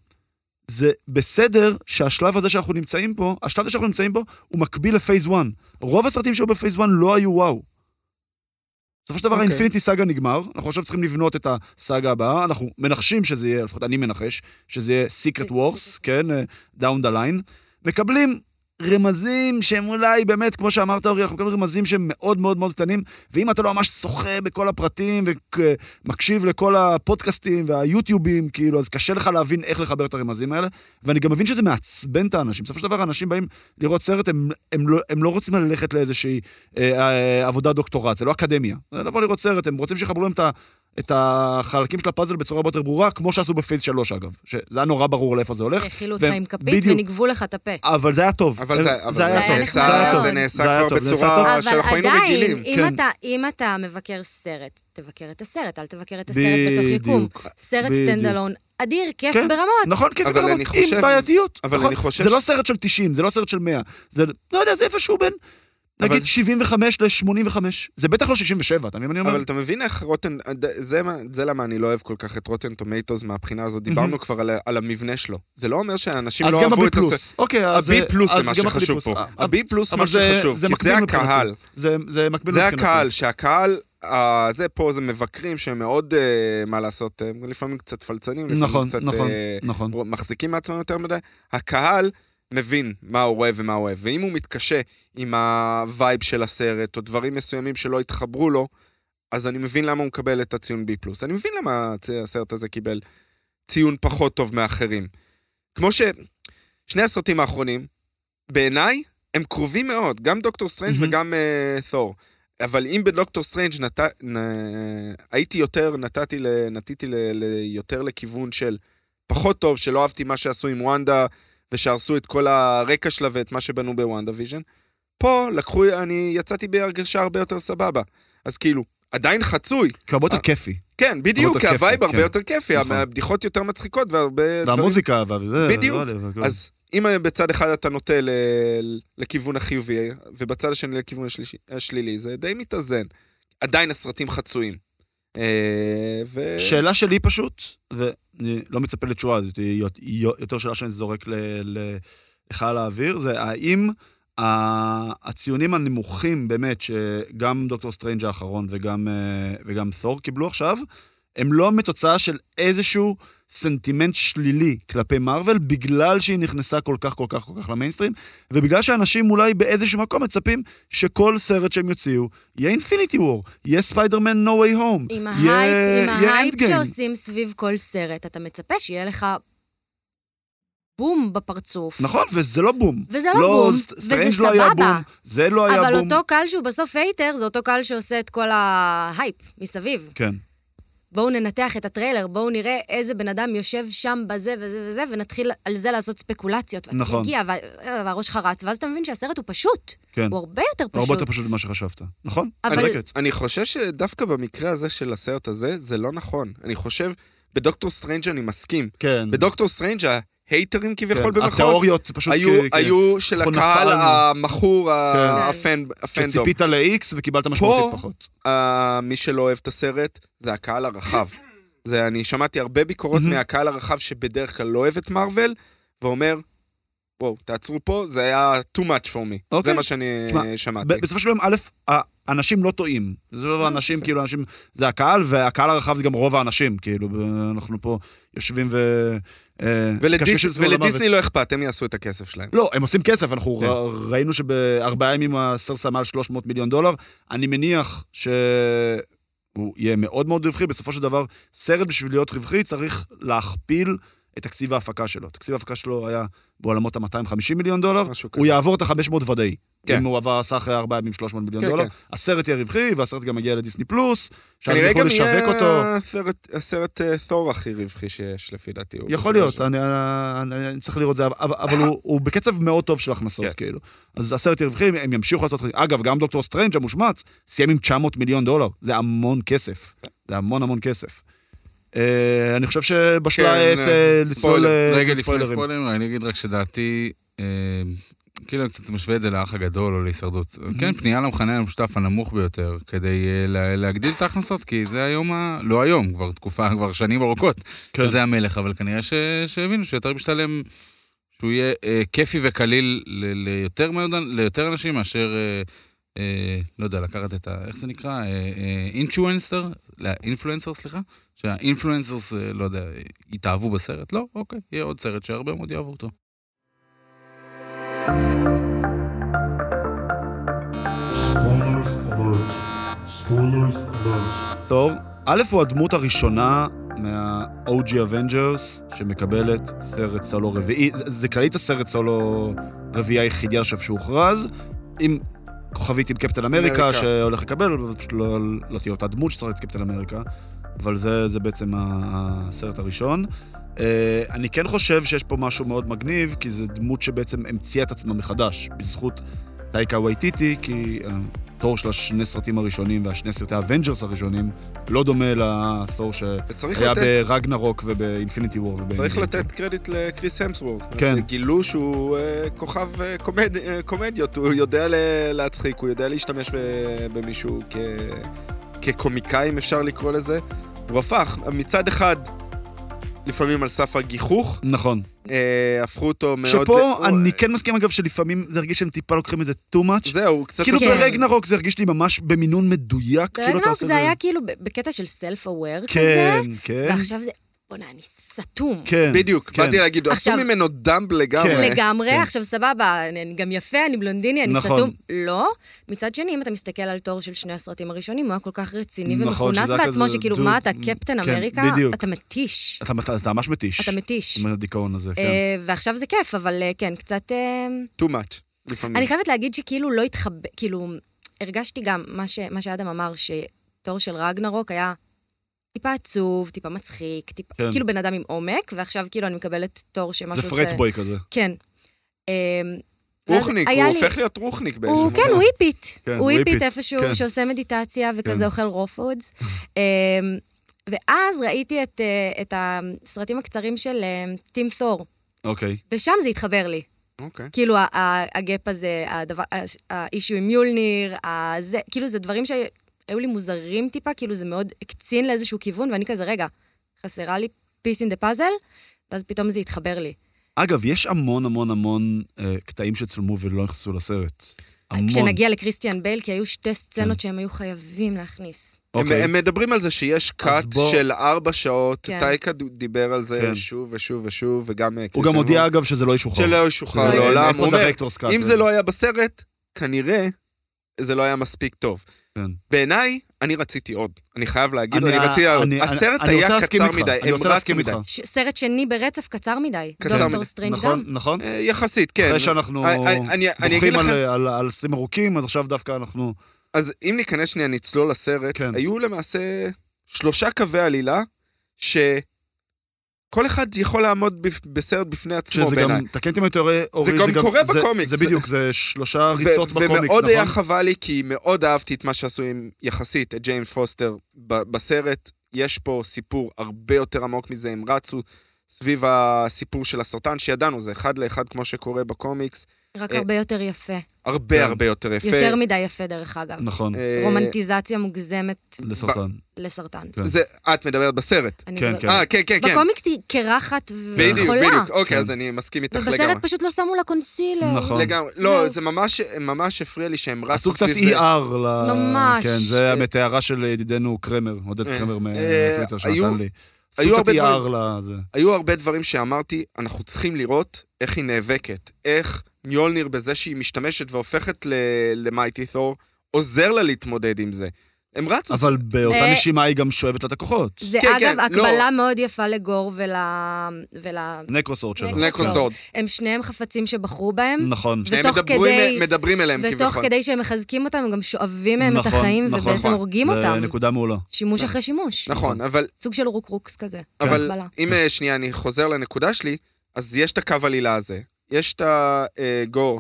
זה בסדר שהשלב הזה שאנחנו נמצאים פה, השלב הזה שאנחנו נמצאים בו, הוא מקביל לפייס 1. רוב הסרטים שהיו בפייס 1 לא היו וואו. בסופו של דבר okay.
אוקיי.
האינפיניטי סאגה נגמר, אנחנו עכשיו צריכים לבנות את הסאגה הבאה, אנחנו מנחשים שזה יהיה, לפחות אני מנחש, שזה יהיה Secret
Secret
אוקיי.
Wars, כן, אה, down the line. מקבלים רמזים שהם אולי באמת, כמו שאמרת אורי, אנחנו מקבלים רמזים שהם מאוד מאוד מאוד קטנים, ואם אתה לא ממש שוחה בכל הפרטים ומקשיב לכל הפודקאסטים והיוטיובים, כאילו, אז קשה לך להבין איך לחבר את הרמזים האלה, ואני גם מבין שזה מעצבן את האנשים. בסופו של דבר, האנשים באים לראות סרט, הם, הם, לא, הם לא רוצים ללכת לאיזושהי אה, אה, עבודה דוקטורט, זה לא אקדמיה. זה לבוא לראות סרט, הם רוצים שיחברו להם את ה... את החלקים של הפאזל בצורה הרבה יותר ברורה, כמו שעשו בפייס 3 אגב. שזה היה נורא ברור לאיפה זה הולך,
האכילו אותך
והם-
עם כפית
בדיוק. אה,
וניגבו לך את הפה.
אבל זה היה טוב.
אבל זה אבל
זה היה
היה
טוב.
נחמד
זה היה
נעשה-
טוב.
זה
מאוד.
נעשה
זה היה
כבר
טוב, זה נעשה
בצורה
טוב.
שאנחנו
אבל
היינו
עדיין,
רגילים.
אם,
כן.
אתה, אם אתה מבקר סרט, תבקר את הסרט, אל תבקר את הסרט בתוך יקום.
בדיוק.
סרט
בדיוק.
סטנדלון, אדיר, כיף
כן.
ברמות.
נכון, כיף
אבל
ברמות,
אני חושב-
עם בעייתיות.
אבל
נכון?
אני חושב
זה
ש-
לא סרט של 90, זה לא סרט של 100. זה, לא יודע, זה איפשהו בין,
אבל-
נגיד 75 ל-85. זה בטח לא 67, אתה מבין מה אני אומר?
אבל אתה מבין איך רוטן, זה, מה- זה למה אני לא אוהב כל כך את רוטן טומטוס מהבחינה הזאת, דיברנו כבר על, ה- על המבנה שלו. זה לא אומר שאנשים
אז
לא
גם
אהבו
הבי
את הסרט.
פלוס. אוקיי, אז...
הבי פלוס
אז
זה מה
גם הבי
שחשוב
פלוס.
פה.
אה,
הבי פלוס
אבל
מה שחשוב, כי
מקביל
זה
מבחינתי.
הקהל.
זה זה מקביל
זה
מבחינתי.
הקהל, שהקהל, אה, זה פה, זה מבקרים שהם מאוד, אה, מה לעשות, הם לפעמים קצת פלצנים, לפעמים
נכון,
קצת
נכון,
אה,
נכון.
מחזיקים מעצמם יותר מדי. הקהל מבין מה הוא רואה ומה הוא אוהב, ואם הוא מתקשה עם הווייב של הסרט, או דברים מסוימים שלא התחברו לו, אז אני מבין למה הוא מקבל את הציון B+. אני מבין למה הצ- הסרט הזה קיבל ציון פחות טוב מאחרים. כמו ששני הסרטים האחרונים, בעיניי, הם קרובים מאוד, גם דוקטור סטרנג'
מהמם.
וגם אה, תור. אבל אם בדוקטור סטרנג' נת... נ... הייתי יותר, נתתי ל... נתתי ל... ל... יותר לכיוון של פחות טוב, שלא אהבתי מה שעשו עם וונדה, ושהרסו את כל הרקע שלה ואת מה שבנו בוונדה ויז'ן, פה לקחו, אני יצאתי בהרגשה הרבה יותר סבבה. אז כאילו, עדיין חצוי.
כי הוא הרבה יותר
אה,
כיפי.
כן, בדיוק,
יותר
כי
כיפי,
הווייב הרבה
כן.
יותר כיפי,
נכון.
הבדיחות יותר מצחיקות והרבה... דברים-
והמוזיקה, וזה... לא
בדיוק.
וזה-
אז אם בצד אחד אתה נוטה ל... לכיוון החיובי, ובצד השני לכיוון השלישי, השלילי, זה די מתאזן. עדיין הסרטים חצויים. אה, ו...
שאלה שלי פשוט, ואני לא מצפה לתשובה, זאת היא יות- היא יותר שאלה שאני זורק ל- ל- לחלל האוויר, זה האם ה- הציונים הנמוכים באמת, שגם דוקטור סטרנג' האחרון וגם, אה, וגם תור קיבלו עכשיו, הם לא מתוצאה של איזשהו סנטימנט שלילי כלפי מארוול, בגלל שהיא נכנסה כל כך, כל כך, כל כך למיינסטרים, ובגלל שאנשים אולי באיזשהו מקום מצפים שכל סרט שהם יוציאו יהיה אינפיניטי וור, יהיה ספיידרמן נו ווי הום.
עם
יהיה-
ההייפ, עם
יהיה
ההייפ
Endgame.
שעושים סביב כל סרט, אתה מצפה שיהיה לך בום בפרצוף.
נכון, וזה לא בום.
וזה לא בום,
ס-
וזה
סטרנג' לא היה
סבבה.
בום, זה לא היה
אבל
בום.
אותו קהל שהוא בסוף הייטר, זה אותו קהל שעושה את כל ההייפ מסביב.
כן,
בואו ננתח את הטריילר, בואו נראה איזה בן אדם יושב שם בזה וזה וזה, ונתחיל על זה לעשות ספקולציות. ואתה
נכון.
מגיע, וה- והראש שלך רץ, ואז אתה מבין שהסרט הוא פשוט.
כן.
הוא הרבה יותר
הרבה
פשוט.
יותר פשוט ממה שחשבת. נכון?
אבל-
צודקת.
אני חושב שדווקא במקרה הזה של הסרט הזה, זה לא נכון. אני חושב, בדוקטור סטרנג' אני מסכים.
כן.
בדוקטור סטרנג' ההייטרים כביכול
כן,
במרכאות,
התיאוריות פשוט
היו,
כ- כן. כ-
היו של
אנחנו
הקהל
נפלנו.
המכור, ה-
כן.
הפן, הפנדום.
שציפית ל-X וקיבלת משמעותית
פה-
פחות.
ה- אה, מי שלא אוהב את הסרט, זה הקהל הרחב. זה, אני שמעתי הרבה ביקורות
מהמם.
מהקהל הרחב שבדרך כלל לא אוהב את מארוול, ואומר, וואו, תעצרו פה, זה היה too much for me.
אוקיי.
זה מה שאני
תשמע,
שמעתי.
ב- בסופו של יום, א', האנשים לא טועים. זה לא אנשים,
אה, בסדר.
כאילו, אנשים, זה הקהל, והקהל הרחב זה גם רוב האנשים, כאילו, ב- אנחנו פה יושבים ו... אה,
ולדיס,
מקשקשים את עצמנו למוות.
ולדיסני לא אכפת, הם יעשו את הכסף שלהם.
לא, הם עושים כסף, אנחנו
כן.
ר- ראינו שבארבעה ימים הסרסה מעל 300 מיליון דולר. אני מניח שהוא יהיה מאוד מאוד רווחי. בסופו של דבר, סרט בשביל להיות רווחי צריך להכפיל את תקציב ההפקה שלו. תקציב ההפקה שלו היה בעולמות ה-250 מיליון דולר,
משהו כזה.
הוא יעבור את ה-500 ודאי.
כן.
אם הוא עבר, עשה אחרי ארבעה ימים 300 מיליון
כן,
דולר,
כן.
הסרט יהיה רווחי, והסרט גם יגיע לדיסני פלוס, שאז
כנראה
יוכלו
גם
לשווק אותו.
יהיה הסרט- הסרט אה, תור הכי רווחי שיש, לפי דעתי. הוא
יכול
בסופו
להיות, אה.
של-
אני, אני, אני צריך לראות את זה, אבל, אבל הוא, הוא בקצב מאוד טוב של הכנסות,
כן.
כאילו. אז הסרט ירווחים, הם ימשיכו לעשות... אגב, גם דוקטור סטרנג' המושמץ, סיים עם 900 מיליון דולר. זה המון כסף. זה המון המון כסף. אה, אני חושב
כן,
שבשלה העת
אה,
אה, לצלול
ספוילר.
אה,
רגע לפני
לספוילרים.
הספוילרים, אני אגיד רק שדעתי, אה, כאילו אני קצת משווה את זה לאח הגדול או להישרדות. כן, פנייה למכנה המשותף הנמוך ביותר, כדי אה, לה- להגדיל את ההכנסות, כי זה היום, ה- לא היום, כבר תקופה, כבר שנים ארוכות,
כן.
שזה המלך, אבל כנראה ש- שהבינו שיותר משתלם, שהוא יהיה אה, כיפי וקליל ל- ליותר מאוד- ליותר אנשים מאשר... אה, אה, לא יודע, לקחת את ה... איך זה נקרא? אה, אינפלואנסר? אינפלואנסר, סליחה? שהאינפלואנסרס, אה, לא יודע, יתאהבו בסרט? לא? אוקיי, יהיה עוד סרט שהרבה מאוד יאהבו אותו.
Spoilers alert. Spoilers alert.
תור, א' הוא הדמות הראשונה מה-OG Avengers שמקבלת סרט סולו רביעי, זה- זה כללית הסרט סולו רביעי היחידי עכשיו שהוכרז, עם כוכבית עם קפטן אמריקה
אמריקה.
שהולך לקבל, אבל פשוט לא, לא תהיה אותה דמות שצריך את קפטן אמריקה. אבל זה, זה בעצם ה- הסרט הראשון. אה, אני כן חושב שיש פה משהו מאוד מגניב, כי זו דמות שבעצם המציאה את עצמה מחדש, בזכות טייקה וייטיטי, כי התור של השני סרטים הראשונים והשני סרטי האבנג'רס הראשונים לא דומה לתור שהיה
וצריך לתת,
ברגנרוק ובאינפיניטי וור.
צריך לתת קרדיט לקריס המסוורד.
כן.
גילו שהוא אה, כוכב אה, קומד, אה, קומדיות, הוא יודע ל- להצחיק, הוא יודע להשתמש ב- במישהו כ... כקומיקאי, אם אפשר לקרוא לזה. הוא הפך, מצד אחד, לפעמים על סף הגיחוך,
נכון.
אה, הפכו אותו מאוד... אה,
שפה
הוא-
אני כן מסכים, אגב, שלפעמים זה הרגיש שהם טיפה לוקחים את זה too much.
זהו, הוא קצת...
כאילו
כן.
ברגנרוק זה הרגיש לי ממש במינון מדויק, כאילו אתה
ברגנרוק
עושה
זה היה כאילו ב- בקטע של self-aware כזה,
כן, כן,
ועכשיו זה, בוא'נה, אני סתום.
כן.
בדיוק,
כן.
באתי להגיד, עשו
עכשיו-
ממנו דמב לגמרי.
לגמרי,
כן.
עכשיו סבבה, אני אני גם יפה, אני בלונדיני, אני
נכון.
סתום. לא. מצד שני, אם אתה מסתכל על תור של שני הסרטים הראשונים, הוא היה כל כך רציני
נכון,
ומכונס
שזה היה
בעצמו,
כזה
שכאילו,
דוד.
מה אתה,
מ-
קפטן
כן,
אמריקה?
בדיוק.
אתה מתיש.
אתה- אתה אתה ממש מתיש.
אתה מתיש.
עם הדיכאון הזה, כן.
אה, ועכשיו זה כיף, אבל אה, כן, קצת... אה,
too much,
Mm.
לפעמים.
אני חייבת להגיד שכאילו לא התחבא, כאילו, הרגשתי גם מה, ש, מה שאדם אמר, שתור של רגנרוק היה טיפה עצוב, טיפה מצחיק, טיפה,
כן.
כן. כאילו בן אדם עם עומק, ועכשיו כאילו אני מקבלת תור שמשהו
זה
עושה...
פרטבוי כזה.
כן. אמ, ואז
רוחניק, הוא
היה לי-
הופך להיות רוחניק באיזשהו...
הוא, כן, הוא היפית.
כן,
הוא
הוא
היפית
היפית,
איפשהו,
כן.
שעושה מדיטציה וכזה
כן.
אוכל רו פודס.
[laughs]
ואז ראיתי את, אה, את הסרטים הקצרים של אה, טים תור,
אוקיי.
ושם זה התחבר לי.
אוקיי.
כאילו, ה- ה- הגאפ הזה, הדבר- ה- האישיו עם יולניר, ה- זה, כאילו, זה דברים שהיו לי מוזרים טיפה, כאילו, זה מאוד הקצין לאיזשהו כיוון, ואני כזה, רגע, חסרה לי piece in the puzzle, ואז פתאום זה התחבר לי.
אגב, יש המון המון המון אה, קטעים שצולמו ולא נכנסו לסרט. המון.
אה, כשנגיע לקריסטיאן בייל, כי היו שתי
כן.
סצנות שהם היו חייבים להכניס.
הם,
אוקיי.
הם מדברים על זה שיש
אז
קאט
בוא-
של ארבע שעות,
כן.
טייקה ד- דיבר על זה
כן.
שוב ושוב ושוב, וגם... אה,
הוא גם
קריסטן
הודיע,
וורן,
אגב, שזה לא ישוחרר.
שלא
שזה-
ישוחרר
אין-
לעולם,
אין פה
הוא אומר,
director's cut.
אם זה לא היה בסרט, כנראה זה לא היה מספיק טוב.
כן.
בעיניי, אני רציתי עוד. אני חייב להגיד,
אני-
אני רציתי... עוד.
אה, אני-
הסרט
אני רוצה
היה
להסכים
קצר
איתך,
מדי,
אני
הם
רוצה
רצו
להסכים
מדי.
איתך.
ש- סרט שני ברצף קצר מדי.
קצר
דוקטור
מדי.
סטרנג'
נכון,
גם.
נכון.
אה, יחסית, כן.
אחרי שאנחנו
אני- אני- אני- אני
בוכים
אגיד לכם...
על- על- על סרטים ארוכים, אז עכשיו דווקא אנחנו...
אז אם ניכנס שנייה, נצלול לסרט,
כן.
כן. היו למעשה שלושה קווי עלילה, שכל אחד יכול לעמוד בפ- בסרט בפני עצמו
שזה
בעיניי.
גם, תקן אותי אם אני טועה, אורי,
גם קורה בקומיקס.
זה בדיוק, זה שלושה ריצות
ו-
בקומיקס,
ומאוד
נכון?
היה חבל לי, כי מאוד אהבתי את מה שעשו עם, יחסית, את ג'יימס פוסטר ב- בסרט. יש פה סיפור הרבה יותר עמוק מזה, הם רצו סביב הסיפור של הסרטן, שידענו, זה אחד לאחד כמו שקורה בקומיקס.
רק
אה,
הרבה יותר יפה.
הרבה
כן.
הרבה יותר יפה.
יותר מדי יפה, דרך אגב.
נכון,
אה,
רומנטיזציה מוגזמת
לסרטן.
לסרטן.
כן.
זה, את מדברת בסרט.
אני
כן,
מדברת-
כן.
אה, כן, כן, כן.
בקומיקס היא קרחת וחולה.
בדיוק, בדיוק. אוקיי,
כן.
אז אני מסכים איתך לגמרי.
ובסרט פשוט לא שמו לה קונסילר.
נכון.
לגמרי. לא,
זהו.
זה ממש, ממש הפריע לי שהם
עשו
רצו
קצת
סביב זה.
ER ל...
ממש.
כן, זה האמת, הערה של ידידנו קרמר, עודד
אה,
קרמר
אה,
מהטוויטר
היו-
שנתן לי. עשו
היו
קצת
הרבה
ER לזה.
היו הרבה דברים שאמרתי, אנחנו צריכים לראות איך היא נאבקת. איך מיולניר בזה שהיא משתמשת והופכת ל- למייטי תור, עוזר לה להתמודד עם זה. הם רצו...
אבל באותה
אה,
נשימה היא גם שואבת לה את הכוחות.
זה
כן,
אגב
כן,
הקבלה מאוד יפה לגור ולה... ולה...
נקרוסורד שלה.
נקרוסורד.
הם שניהם חפצים שבחרו בהם,
נכון.
שהם
ותוך
מדברים-
כדי-
מדברים אליהם
ותוך
כביכול.
כדי שהם מחזקים אותם, הם גם שואבים מהם את
נכון,
החיים,
נכון,
ובעצם
נכון.
הורגים אותם.
זה נקודה מעולה.
שימוש אחרי שימוש.
נכון, אבל
סוג של רוקרוקס כזה.
כן.
אבל
קבלה.
אם אה, שנייה אני חוזר לנקודה שלי, אז יש את הקו עלילה הזה, יש את הגו,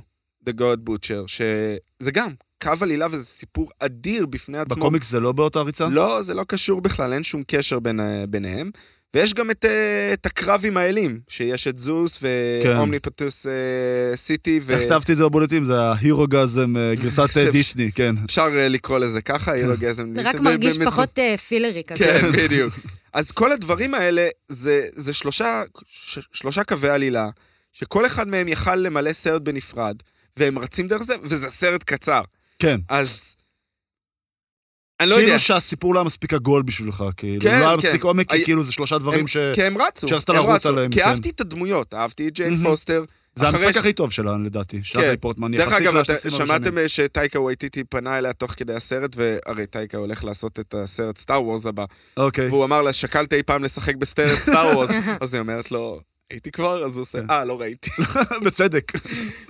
The God Butcher, שזה גם קו עלילה וזה סיפור אדיר בפני עצמו.
בקומיקס זה לא באותה ריצה?
לא, זה לא קשור בכלל, אין שום קשר בין, אה, ביניהם. ויש גם את, אה, את הקרב עם האלים, שיש את זוס
כן.
ואומניפטוס אה, סיטי,
איך כתבתי את זה בבולטים? זה ההירוגזם,
[laughs]
אה, גרסת אה,
זה-
דיסני, כן.
אפשר אה, לקרוא לזה ככה, אירוגזם.
זה רק מרגיש פחות אה, פילרי כזה.
כן, בדיוק. [laughs] אז כל הדברים האלה, זה, זה שלושה, ש, שלושה קווי עלילה, שכל אחד מהם יכל למלא סרט בנפרד, והם רצים דרך זה, וזה סרט קצר.
כן.
אז... אני לא יודע.
כאילו שהסיפור לא היה מספיק עגול בשבילך, כאילו.
כן,
לא היה
כן.
מספיק עומק, כי
היה-
כאילו זה שלושה דברים
הם- כן,
ש...
כי הם רצו,
שרצת
הם
לרוץ
רצו.
עליהם,
כי
כן.
אהבתי את הדמויות, אהבתי את ג'יין
מהמם.
פוסטר.
זה
אחרי
המשחק
ש-
הכי טוב שלה, לדעתי. של
כן.
נטלי פורטמן,
דרך
יחסית
אגב, אתה-
לשלישים
שמעתם
הראשונים.
אה, שטייקה וייטיטי פנה אליה תוך כדי הסרט, והרי טייקה הולך לעשות את הסרט סטאר וורז הבא,
אוקיי.
והוא אמר לה, שקלת אי פעם לשחק בסרט סטאר וורז? אז היא אומרת לו, הייתי כבר? אז הוא עושה, אה, לא ראיתי.
[laughs] בצדק.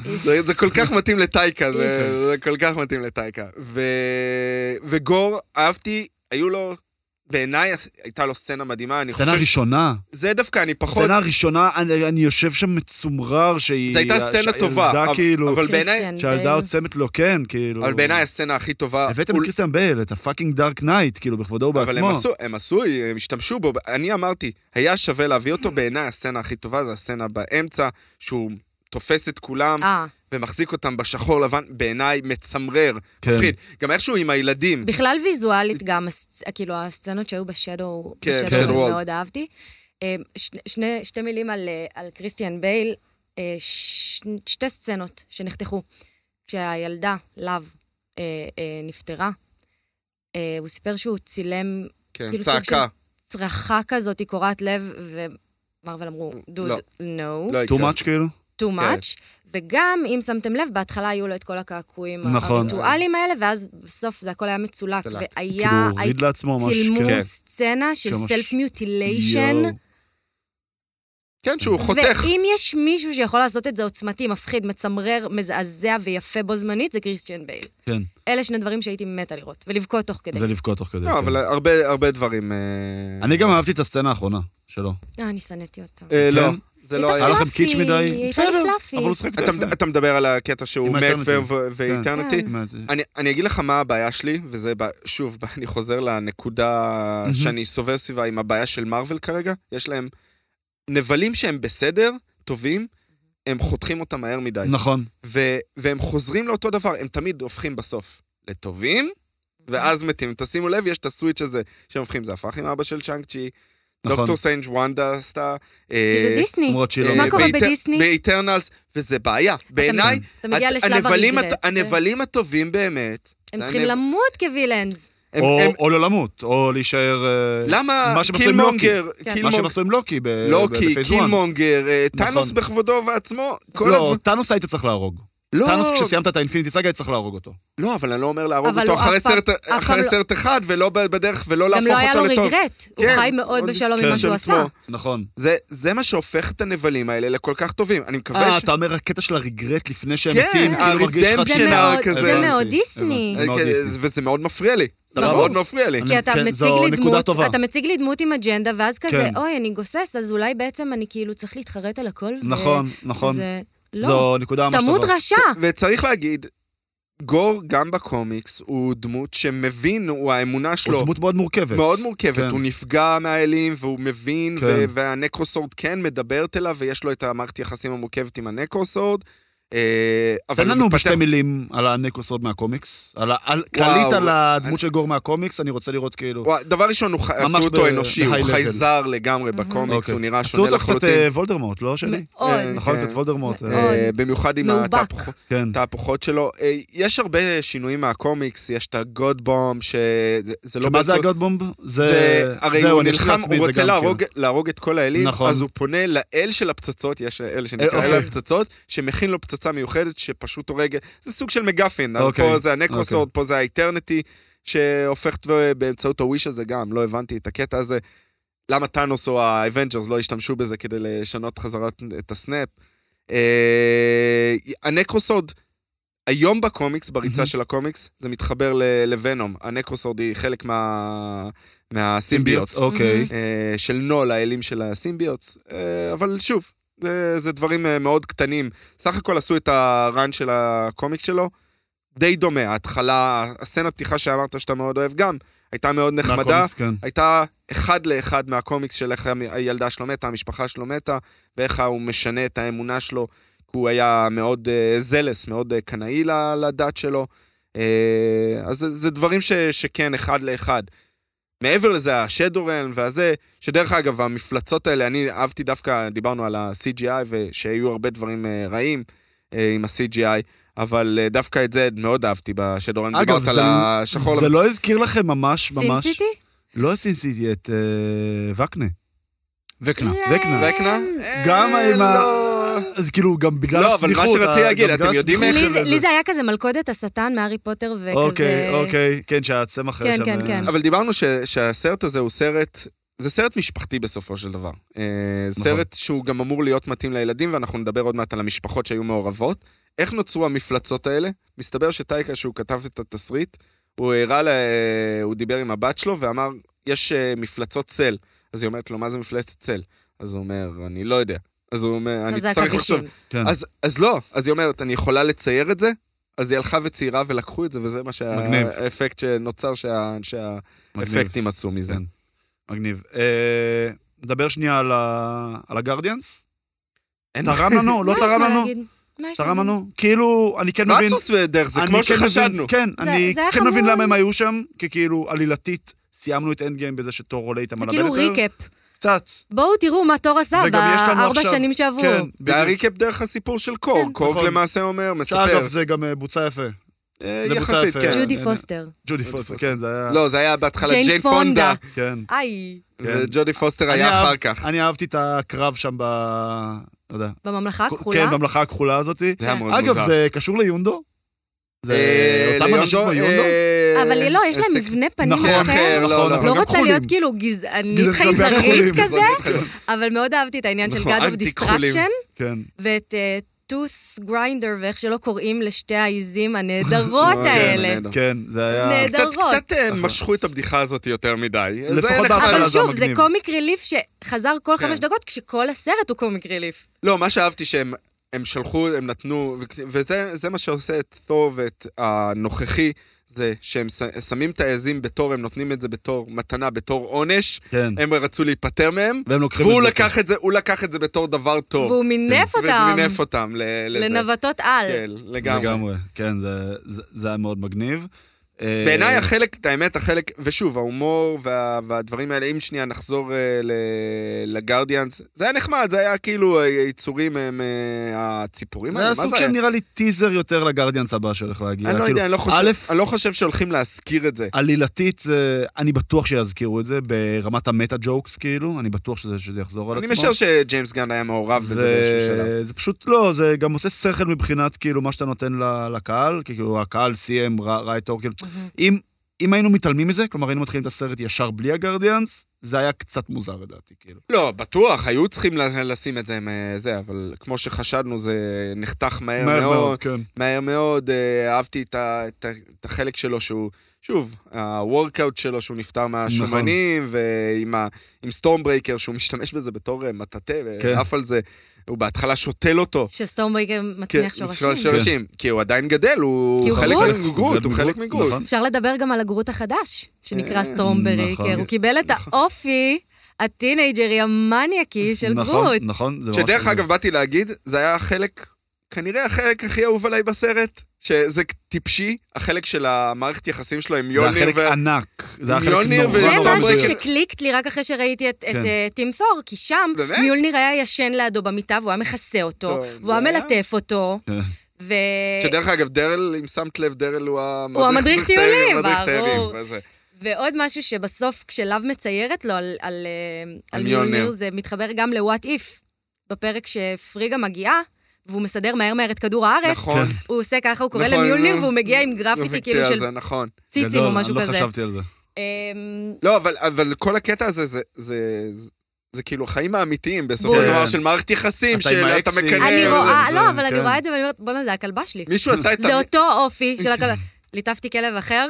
לא, זה זה כל כך מתאים לטייקה,
כן.
זה זה כל כך מתאים לטייקה. ו- וגור, אהבתי, היו לו בעיניי הייתה לו סצנה מדהימה, אני
סצנה
חושב...
ראשונה.
זה דווקא, אני פחות...
סצנה ראשונה, אני, אני יושב שם מצומרר שהיא...
זו הייתה סצנה טובה,
שהילדה
אבל-
כאילו...
אבל בעיניי-
קריסטיאן
שהילדה
בייל.
עוצמת לו, כן, כאילו...
אבל בעיניי הסצנה הכי טובה...
הבאתם את
אול-
קריסטיאן בייל, את הפאקינג דארק נייט, כאילו, בכבודו
אבל הם
ובעצמו.
עשו, הם עשו, הם השתמשו בו, אני אמרתי, היה שווה להביא אותו, בעיניי הסצנה הכי טובה זה הסצנה באמצע, שהוא תופס את כולם
אה,
ומחזיק אותם בשחור לבן, בעיניי מצמרר,
כן.
מפחיד. גם איכשהו עם הילדים,
בכלל ויזואלית גם, הסצ- כאילו, הסצנות שהיו בשדו,
כן,
בשדו
כן.
אני
וולד.
מאוד אהבתי. אה, שני- שני- שתי מילים על, אה, על קריסטיאן בייל, אה, ש- שתי סצנות שנחתכו. כשהילדה, לאו, אה, אה, נפטרה, אה, הוא סיפר שהוא צילם
כן,
כאילו סוג
צעקה,
צרחה כזאת, היא קורעת לב, ומרוויל אמרו, דוד,
לא.
no,
לא כן.
too
יקרה.
much, כאילו?
too much. וגם, אם שמתם לב, בהתחלה היו לו את כל הקעקועים
נכון.
הריטואליים האלה, ואז בסוף זה הכל היה מצולק.
צלק.
כאילו,
והיה,
הוא הוריד לעצמו ממש...
צילמו
כן.
סצנה של
שמש-
סלף מיוטיליישן.
יואו.
כן, שהוא חותך.
ואם יש מישהו שיכול לעשות את זה עוצמתי, מפחיד, מצמרר, מזעזע ויפה בו זמנית, זה קריסטיאן בייל.
כן.
אלה שני דברים שהייתי מתה לראות, ולבכות תוך כדי.
ולבכות תוך כדי.
לא,
כן.
אבל הרבה הרבה דברים... אה,
אני גם אהבתי את הסצנה האחרונה שלו.
אה, אני שנאתי אותם.
אה, לא,
כן?
זה לא היה.
הייתה
היה לכם
פלאפי,
קיץ' מדי?
היא הייתה לי
בסדר,
פלאפי.
אבל הוא שחק את
אתה-
היפה.
אתה מדבר על הקטע שהוא
עם
מת
האטרניטי.
ואיטרנטי?
כן.
אני, אני אגיד לך מה הבעיה שלי, וזה, ב- שוב, [laughs] ב- אני חוזר לנקודה
מהמם.
שאני סובב סביבה עם הבעיה של מארוול כרגע. יש להם נבלים שהם בסדר, טובים, הם חותכים אותם מהר מדי.
נכון.
ו- והם חוזרים לאותו דבר, הם תמיד הופכים בסוף לטובים, ואז מתים. תשימו לב, יש את הסוויץ' הזה שהם הופכים, זה הפך עם אבא של צ'אנג צ'י,
נכון.
דוקטור סיינג' וונדה עשתה...
כי זה
אה,
דיסני.
למרות שהיא
אה,
לא...
מה קורה
באיטר-
בדיסני?
באיטרנלס, וזה בעיה. בעיניי,
אתה מגיע
הת-
לשלב
הנבלים
הרגרט.
הט- הנבלים הטובים באמת,
הם
הנב-
צריכים למות כווילאנס.
הם-
או-
הם-
או לא למות, או להישאר... אה,
למה
מה שהם עשו עם לוקי.
קילמונגר,
כן.
מה שהם
קילמונגר,
עשו עם לוקי ב-
לוקי,
בפייס 1.
קילמונגר, אה,
נכון.
טאנוס בכבודו ובעצמו, כל
לא,
הדבר-
טאנוס היית צריך להרוג.
לא,
טאנוס, כשסיימת את האינפיניטי סאגה, היית צריך להרוג אותו.
לא, אבל אני לא אומר להרוג
אבל
אותו
הוא
אחרי
אף פעם-
סרט-
אף פעם
אחרי
לא-
סרט אחד, ולא ב- בדרך, ולא
גם
להפוך
לא היה לו
אותו לטוב.
רגרט. הוא
כן,
חי מאוד
הוא-
בשלום
כן,
עם מה שהוא
עצמו.
עשה.
נכון.
זה- זה מה שהופך את הנבלים האלה לכל כך טובים. אני
אה,
מקווה ש...
אתה אומר הקטע של הרגרט לפני שהם
כן,
מתים, כאילו מרגיש לך
ה-redemption
ש-
זה מאוד-
כזה.
זה
הבנתי,
מאוד
הבנתי.
דיסני.
זה מאוד
אה, כן,
דיסני. נכון.
וזה מאוד מפריע לי. זה
ברור.
מאוד מפריע לי.
כי אתה
כן,
מציג
זו
לי
נקודה
דמות,
טובה.
אתה מציג לי דמות עם אג'נדה, ואז כזה,
כן.
אוי, אני גוסס, אז אולי בעצם אני כאילו צריך להתחרט על הכל. ו-
נכון, נכון.
זה- לא,
זו נקודה ממש
תמות
טובה.
רשע.
וצריך להגיד, גור גם בקומיקס הוא דמות שמבין, הוא האמונה שלו.
הוא דמות מאוד מורכבת.
לא. מאוד מורכבת,
כן.
הוא נפגע מהאלים והוא מבין,
כן.
ו- והנקרוסורד כן מדברת אליו, ויש לו את המערכת יחסים המורכבת עם הנקרוסורד. אה, אבל
תן
הוא
לנו
מתפתח-
בשתי מילים על הנקרוסורד מהקומיקס. על ה- על-
וואו,
כללית על
אני-
הדמות של גור מהקומיקס, אני רוצה לראות כאילו...
וואי, דבר ראשון, הוא ח- עשו
ממש
אותו
ב-
אנושי, הוא
ב-high level.
חייזר לגמרי בקומיקס,
אוקיי.
הוא נראה
עשו
שונה
אותו קצת
לחלוטין.
אה, וולדמורט, לא שלי?
מאוד.
אה,
נכון,
כן.
קצת וולדמורט. אה,
מאוד.
אה, במיוחד עם
מאובק.
התהפוכות-
כן.
התהפוכות שלו. אה, יש הרבה שינויים מהקומיקס, יש את הגוד בום, שזה לא
שמה זה
באמצעות-
הגודבומב?
זה, הרי
זהו,
הוא
אני אשאיר
נלחם,
לעצמי
הוא
את זה
רוצה
גם,
להרוג,
כאילו.
להרוג את כל האלים,
נכון.
אז הוא פונה לאל של הפצצות, יש אל שנקרא
אה,
אל
אוקיי.
הפצצות, שמכין לו פצצה מיוחדת שפשוט הורגת, זה סוג של מגפין, אה,
אוקיי,
פה זה הנקרוסורד, פה זה האיטרניטי, שהופכת ו- באמצעות הוויש הזה גם, לא הבנתי את הקטע הזה. למה טאנוס או האבנג'רס לא השתמשו בזה כדי לשנות חזרת את הסנאפ. אה, הנקרוסורד, היום בקומיקס, בריצה
מהמם.
של הקומיקס, זה מתחבר ל- לוונום. הנקרוסורד היא חלק מה... מהסימביוטס,
אוקיי.
אה, של נול, האלים של הסימביוטס. אה, אבל שוב, זה, זה דברים אה, מאוד קטנים. סך הכל עשו את הראן של הקומיקס שלו, די דומה. ההתחלה, הסצנת פתיחה שאמרת שאתה מאוד אוהב גם, הייתה מאוד נחמדה.
מהקומיקס, כן.
הייתה אחד לאחד מהקומיקס של איך הילדה שלו מתה, המשפחה שלו מתה, ואיך הוא משנה את האמונה שלו, כי הוא היה מאוד אה, זלס, מאוד אה, קנאי ל- לדת שלו. אה, אז זה, זה דברים ש, שכן, אחד לאחד. מעבר לזה, השדורן והזה, שדרך אגב, המפלצות האלה, אני אהבתי דווקא, דיברנו על ה-CGI, ושהיו הרבה דברים אה, רעים אה, עם ה-CGI, אבל אה, דווקא את זה מאוד אהבתי בשדורן.
אגב,
דיברת על
זה-
השחור.
זה לא הזכיר לכם ממש
סים
נכון, ממש...
סיטי?
לא סימסיטי, את אה, וקנה.
וקנה.
וקנה.
וקנה?
גם
אה,
עם ה...
לא.
אז כאילו, גם בגלל
לא,
הסמיכות.
אבל מה שרציתי
ה-
להגיד,
גם בגלל
אתם יודעים
הסמיכות
לי
איך
זה-
של
לי
זה.
זה היה כזה מלכודת השטן מהארי פוטר וכזה...
אוקיי, אוקיי, כן, שהצמח...
כן,
שם,
כן,
אה,
כן.
אבל דיברנו ש, שהסרט הזה הוא סרט, זה סרט משפחתי בסופו של דבר. אה,
נכון.
סרט שהוא גם אמור להיות מתאים לילדים, ואנחנו נדבר עוד מעט על המשפחות שהיו מעורבות. איך נוצרו המפלצות האלה? אה, מסתבר שטייקה, שהוא כתב את התסריט, הוא הראה, לה, הוא דיבר עם הבת שלו ואמר, יש אה, מפלצות צל. אז היא אומרת לו, מה זה מפלצת צל? אז הוא אומר, אני לא יודע. אז הוא אומר, אני
זה
אצטרך לחשוב.
עכבישים.
כן.
אז, אז לא, אז היא אומרת, אני יכולה לצייר את זה? אז היא הלכה וציירה ולקחו את זה, וזה מה
מגניב.
שהאפקט שנוצר, שה-
מגניב.
שהאפקטים עשו מזה.
כן. מגניב. אה, נדבר שנייה על ה- על הגרדיאנס?
אין-
תרם לנו?
[laughs]
לא
מה יש
תרם
מה
לנו?
להגיד? מה יש
תרם
להגיד?
לנו? כאילו, אני כן
לא
מבין...
אצוס ודרך, זה
אני
כמו
כן מבין-
שחשדנו.
כן,
זה-
אני
זה היה
כן מבין
חמוד.
למה הם היו שם, כי כאילו, עלילתית, סיימנו את אנד גיים בזה שתור עולה איתם
זה
על
כאילו
הבלטר.
ריקאפ.
קצת.
בואו תראו מה תור עשה
וגם יש לנו
בארבע
עכשיו-
שנים שעברו.
כן,
זה
בדיוק.
הריקאפ דרך הסיפור של קורג.
כן.
קורג
נכון.
למעשה אומר,
שאגב,
מספר.
זה גם אה, בוצע יפה.
אה,
זה בוצע
יחסית,
יפה.
כן.
ג'ודי
אה,
פוסטר.
ג'ודי פוסטר, כן, זה היה...
לא, זה היה בהתחלה
ג'יין
ג'יין
פונדה.
פונדה,
כן.
איי,
כן.
וג'ודי פוסטר
אני
היה אחר
אהבת-
כך.
אני אהבתי את הקרב שם ב... לא יודע.
בממלכה הכחולה?
כן, במלאכה הכחולה הזאתי.
זה היה מאוד מוזר.
אגב, זה קשור ליונדו? זה
אה,
אותם
ליונדו,
אנשים כמו יונדו?
אה,
אבל לא, יש
עסק
להם מבנה פנים
נכון,
אחר,
אחר.
נכון,
לא, לא.
אבל
לא
גם
רוצה
כחולים.
להיות כאילו גזענית
גזענית כלפי החולים.
[laughs]
חייזרית כזה,
נכון,
אבל מאוד אהבתי את העניין של
נכון,
God of
אנטי כחולים.
Destruction,
כן.
ואת אה, Tooth Grinder, ואיך שלא קוראים לשתי העיזים הנהדרות האלה.
נהדר.
כן, זה היה...
נהדר.
קצת,
נהדרות.
קצת אה,
נכון. משכו
משכו את הבדיחה הזאת יותר מדי.
לפחות
זה נחמד.
בהתחלה.
אבל
זה
שוב, זה
מגניב.
קומיק ריליף שחזר כל
כן.
חמש דקות, כשכל הסרט הוא קומיק ריליף.
לא, מה שאהבתי שהם הם שלחו, הם נתנו, ו- וזה זה מה שעושה את תור ואת הנוכחי, זה שהם ש- שמים את העזים בתור, הם נותנים את זה בתור מתנה, בתור עונש,
כן.
הם רצו להיפטר מהם,
והם לוקחים
והוא
את זה.
לקח את זה, הוא לקח את זה בתור דבר טוב.
והוא מינף אותם
ומינף אותם ל- לזה.
לנווטות על.
כן, לגמרי.
לגמרי. כן, זה- זה זה היה מאוד מגניב. אה,
בעיניי החלק, את האמת, החלק, ושוב, ההומור וה, והדברים האלה, אם שנייה נחזור uh, לגרדיאנס, זה היה נחמד, זה היה כאילו היצורים הם uh, הציפורים
זה
האלה,
היה
מה
סוג של נראה לי טיזר יותר לגרדיאנס הבא שהולך להגיע.
אני לא
כאילו,
יודע, אני לא, חושב,
א',
אני לא חושב שהולכים להזכיר את זה.
עלילתית, זה- אני בטוח שיזכירו את זה ברמת המטה ג'וקס, כאילו, אני בטוח שזה שזה יחזור על
אני
עצמו.
משער שג'יימס גן היה מעורב בזה באיזשהו שלב.
זה, זה פשוט לא, זה גם עושה שכל מבחינת כאילו מה שאתה נותן ל- לקהל, כי כאילו הקהל סיים, ראה ראה את טור, כאילו, אם, אם היינו מתעלמים מזה, כלומר היינו מתחילים את הסרט ישר בלי הגרדיאנס, זה היה קצת מוזר לדעתי, כאילו.
לא, בטוח, היו צריכים ל- לשים את זה עם אה, זה, אבל כמו שחשדנו, זה נחתך מהר,
מהר
מאוד.
מאוד, כן.
מהר מאוד, אה, אהבתי את, ה, את, ה, את החלק שלו שהוא, שוב, הוורקאוט שלו שהוא נפטר מהשומנים, נכון. ועם ה, עם סטורם ברייקר שהוא משתמש בזה בתור אה, מטאטא,
כן.
ועף על זה, הוא בהתחלה שותל אותו.
שסטורמברייקר מצמיח
כן,
שורשים.
שורשים, כי הוא עדיין גדל, הוא
כי הוא
חלק
גרוט.
מגרוט, הוא חלק
נכון.
מגרוט.
אפשר לדבר גם על הגרוט החדש,
אה,
שנקרא
נכון.
סטורמברייקר. הוא קיבל את האופי הטינג'רי המניאקי של
נכון,
גרוט.
נכון, זה ממש...
שדרך
מגניב.
אגב, באתי להגיד, זה היה החלק, כנראה החלק הכי אהוב עליי בסרט, שזה טיפשי, החלק של המערכת יחסים שלו עם
זה היה
יוניר
חלק
ו...
ענק, זה היה חלק
מיליוניר
נורא
וזה
נורא
זה
סטורמברייקר.
משהו
מזויף.
שקליקט לי רק אחרי שראיתי את את,
כן.
אה, טים תור, כי שם
באמת?
מיולניר היה ישן לידו במיטה והוא היה מכסה אותו,
טוב,
והוא היה
זה היה?
מלטף אותו,
כן.
ו...
שדרך אגב, דרל, אם שמת לב, דרל הוא המדריך
הוא המדריך טיולים,
המדריך
ברור.
תיירים, וזה.
ועוד משהו שבסוף כשלאו מציירת לו על, על, אה,
על
על
מיולניר.
מיולניר, זה מתחבר גם ל-What If, בפרק שפריגה מגיעה, והוא מסדר מהר מהר את כדור הארץ,
נכון.
כן.
הוא עושה ככה, הוא קורא
נכון,
למיולניר,
נו.
והוא מגיע עם גרפיטי כאילו של
זה נכון.
ציצים
גדול,
או משהו
אני
כזה.
לא חשבתי
[laughs]
על זה.
אמ,
לא, אבל, אבל כל הקטע הזה, זה, זה, זה, זה כאילו החיים האמיתיים, בסופו
בול.
של דבר,
כן.
של מערכת יחסים,
אתה עם
של אתה
האקסים.
מקנא.
אני
וזה.
רואה,
זה,
לא, אבל אני
כן.
רואה את זה ואני אומרת, בואנה, זה הכלבה שלי.
מישהו עשה את
זה
המ...
אותו אופי של הכלבה. ליטפתי כלב אחר,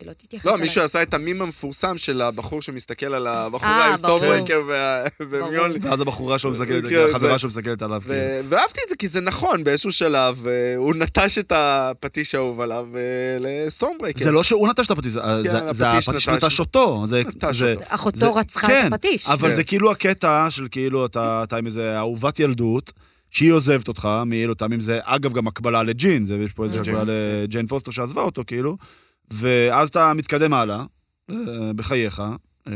היא לא תתייחס
לא,
אליי.
מישהו עשה את המים המפורסם של הבחור שמסתכל על הבחור
אה,
ההיסטורברקר וה- ומיון.
ואז הבחורה שלו מסתכלת,
כן, זה-
החברה שלו מסתכלת עליו, כאילו.
ו- ואהבתי את זה, כי זה נכון, באיזשהו שלב אה, הוא נטש את הפטיש האהוב עליו אה, לסטורמברייקר.
זה לא שהוא נטש את הפטיש, זה- זה- זה
כן, הפטיש
הפטיש
נטש.
נטש אותו. זה-
נטש
זה-
אותו.
זה-
אחותו רצחה
כן,
את הפטיש.
אבל
כן.
זה כאילו הקטע של כאילו אתה אתה עם איזה אהובת ילדות, שהיא עוזבת אותך, מאילותם עם זה, אגב, גם הקבלה לג'ין, זה- יש פה איזושהי
לג'ין.
הקבלה לג'יין פוסטר שעזבה אותו, כאילו, ואז אתה מתקדם הלאה, אה, בחייך, אה,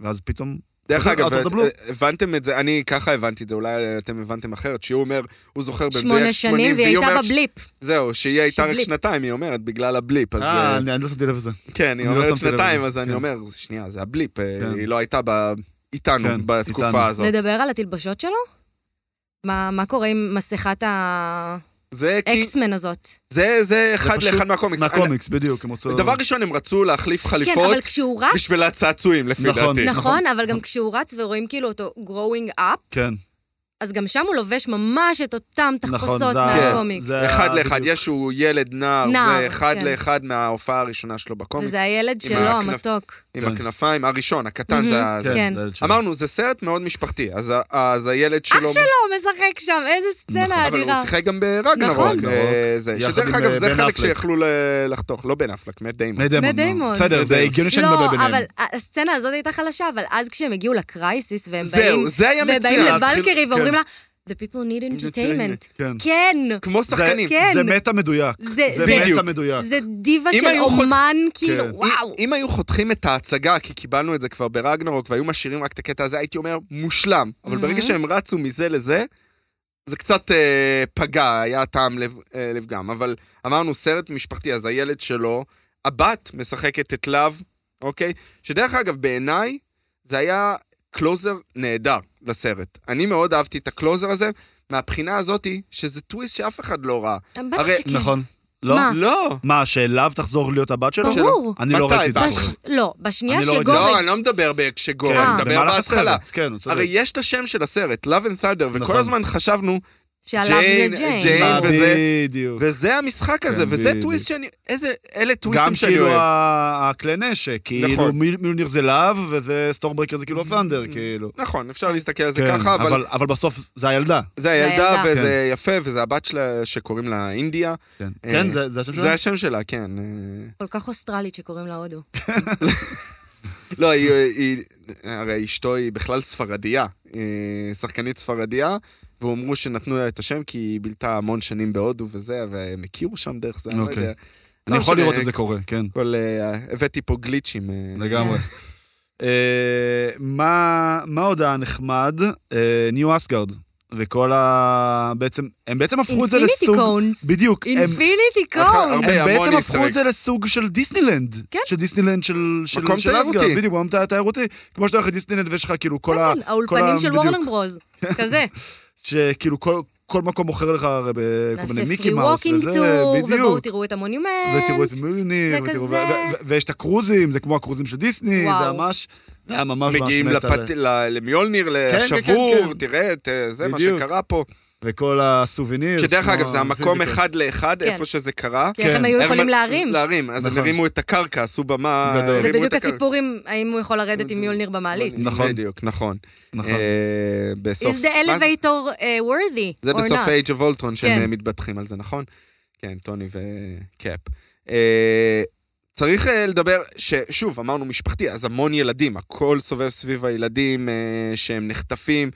ואז פתאום...
דרך
חוזר
אגב,
out of the blue.
את- הבנתם את זה, אני ככה הבנתי את זה, אולי אתם הבנתם אחרת, שהוא אומר, הוא זוכר בבערך 80,
שמונה שנים, והיא הייתה
אומרת-
בבליפ.
זהו, שהיא הייתה רק
שבליפ.
שנתיים, היא אומרת, בגלל הבליפ. אז,
אה,
אה,
אני אני לא שמתי לב לזה.
כן, היא
אני לא
אומרת
שמתי לב
שנתיים,
לזה,
אז אני
כן.
אומר, שנייה, זה הבליפ, אה,
כן.
היא לא הייתה ב-
כן,
איתנו
איתנו.
בתקופה הזאת.
נדבר על התלבשות שלו? מה מה קורה עם מסכת האקסמן
זה כי-
הזאת? כן,
זה- זה אחד
פשוט
לאחד מהקומיקס.
מהקומיקס, אה. בדיוק, הם רצו...
אני- דבר ראשון, הם רצו להחליף
כן,
חליפות
אבל כשהוא רץ...
בשביל הצעצועים, לפי
נכון.
דעתי.
נכון, אבל גם כשהוא רץ ורואים כאילו אותו growing up,
כן,
אז גם שם הוא לובש ממש את אותם
נכון,
תחפושות
זה ה-
כן,
מהקומיקס.
זה ה-
אחד לאחד,
בדיוק.
יש שהוא ילד נער,
נער,
זה אחד
כן.
לאחד מההופעה הראשונה שלו בקומיקס.
וזה הילד
עם
שלו,
הכנף-
המתוק.
עם
כן.
הכנפיים, הראשון, הקטן זה ה...
Mhm.
זה-
כן.
זה הילד שלי.
אמרנו, זה סרט מאוד משפחתי, אז ה- אז הילד שלו... נכון,
אח שלו משחק שם, איזה סצנה
אבל הוא
אדירה.
שיחק גם ברגנרוק.
נכון.
אה, זה-
יחד
שדרך
עם,
אגב,
אה,
זה
בן
חלק
אפלק.
שיכלו ל- לחתוך, לא בן אפלק, מאט דיימון.
מאט דיימון. לא.
מאט דיימון.
בסדר, זה הגיוני שאני מדבר
לא,
ביניהם.
אבל הסצנה הזאת הייתה חלשה, אבל אז כשהם הגיעו לקרייסיס והם באים...
זהו, זה היה
ובאים
מצוין.
התחיל-
לבלקרי ואומרים
כן.
לה, The people need entertainment.
כן.
כן.
כמו
זה-
שחקנים.
כן.
זה מטה מדויק.
זה-
זה
זה-
מטה מדויק.
זה דיבה
אם
של
היו חוט-
אומן, כאילו,
כן.
וואו.
אם היו חותכים את ההצגה, כי קיבלנו את זה כבר ברגנרוק, והיו משאירים רק את הקטע הזה, הייתי אומר, מושלם. אבל ברגע
Mhm.
שהם רצו מזה לזה, זה קצת אה, פגע, היה טעם לב- אה, לפגם. אבל אמרנו, סרט משפחתי, אז הילד שלו, הבת משחקת את לאו, אוקיי? שדרך אגב, בעיניי, זה היה קלוזר נהדר לסרט. אני מאוד אהבתי את הקלוזר הזה, מהבחינה הזאתי, שזה טוויסט שאף אחד לא ראה.
בטח
הרי-
שכן.
נכון. לא?
מה?
לא.
מה, שאליו תחזור להיות הבת שלו?
ברור.
אני לא
מתי?
ראיתי את זה
בש-
קורה.
בש- לא, בשנייה
אני לא ראיתי-
שגורן...
לא, אני לא מדבר
כן,
כשגורם, אני מדבר
במהלך
בהתחלה.
הסרט, כן, הוא צודק.
הרי יש את השם של הסרט, Love and Thunder,
נכון.
וכל הזמן חשבנו,
שעליו יהיה
ג'יין,
ג'יין.
ג'יין. וזה-
בדיוק.
וזה המשחק הזה,
כן,
וזה
בדיוק.
טוויסט שאני... איזה...
גם
אלה טוויסטים שאני
כאילו
אוהב.
ה- הכלי נשק, כאילו
נכון.
מי- מיוניר זה להב, וזה סטורמברקר זה כאילו הפנדר, כאילו.
נכון, אפשר להסתכל על זה
כן,
ככה, אבל
אבל- אבל בסוף זה הילדה.
זה הילדה,
הילדה.
וזה יפה, וזה הבת שלה שקוראים לה אינדיה.
כן,
אה,
כן, זה זה השם
זה
שלה?
השם שלה, כן. אה,
כל כך אוסטרלית שקוראים
[laughs]
לה הודו.
לא, היא- היא... הרי אשתו היא בכלל ספרדיה, אה, שחקנית ספרדיה, ואמרו שנתנו לה את השם כי היא בילתה המון שנים בהודו וזה, והם הכירו שם דרך זה, אני לא
אוקיי.
יודע.
אני
לא
יכול
משנה,
לראות את זה קורה, כן.
כל... אה, הבאתי פה גליצ'ים. אה,
לגמרי. אה, מה מה עוד היה נחמד? אה, ניו אסגרד. וכל ה... בעצם, הם בעצם הפכו את זה
אינפיניטי
לסוג...
קונס.
בדיוק. הם- [laughs]
אינפיניטי
אחר-
קונס.
הרבה-
הם
המון
בעצם הפכו את
איסטר
זה לסוג של דיסנילנד.
כן.
של דיסנילנד של... של-
מקום
של אסגרד,
תיירותי.
בדיוק, מקום תי- תיירותי. כמו שאתה הולך לדיסנילנד ויש לך כאילו כל ה...
כן, כן,
כל ה-
האולפנים של
בדיוק.
וורנר
[laughs]
ברוז. כזה.
שכאילו כל, כל מקום מוכר לך הרי בכל מיני
נעשה
מיקי
פרי
מאוס
ווקינג
וזה,
טור, ובואו
בדיוק.
תראו את המונומנט.
ותראו את מיוניר,
וכזה.
ותראו- ו- ו- ו- ויש את הקרוזים, זה כמו הקרוזים של דיסני, זה
וואו.
ממש, זה היה ממש ממש
מגיעים
מטה.
לפת... ל... למיולניר,
כן,
לשבור,
כן.
תראה, את, אה, זה מה
בדיוק. כן,
שקרה פה.
וכל הסוuvenirs.
שדרך
כמו
אגב, זה המקום
הפיזיקות.
אחד לאחד,
כן.
איפה שזה קרה.
כי איך
כן.
הם היו יכולים
הרמן-
להרים.
להרים, אז הם
נכון.
הרימו את הקרקע, עשו במה,
גדול. זה
הרימו
זה
את
בדיוק
הקרקע.
הסיפור עם האם הוא יכול לרדת עם מיולניר במעלית.
נכון.
בדיוק, נכון.
נכון.
אה, בסוף...
Is the
מה זה-
elevator uh, worthy
זה
or
בסוף
not?
Age of Ultron שהם
כן.
אה, מתבטחים על זה, נכון? כן, טוני וקאפ. אה, צריך אה, לדבר, ששוב, אמרנו משפחתי, אז המון ילדים, הכל סובב סביב הילדים אה, שהם נחטפים.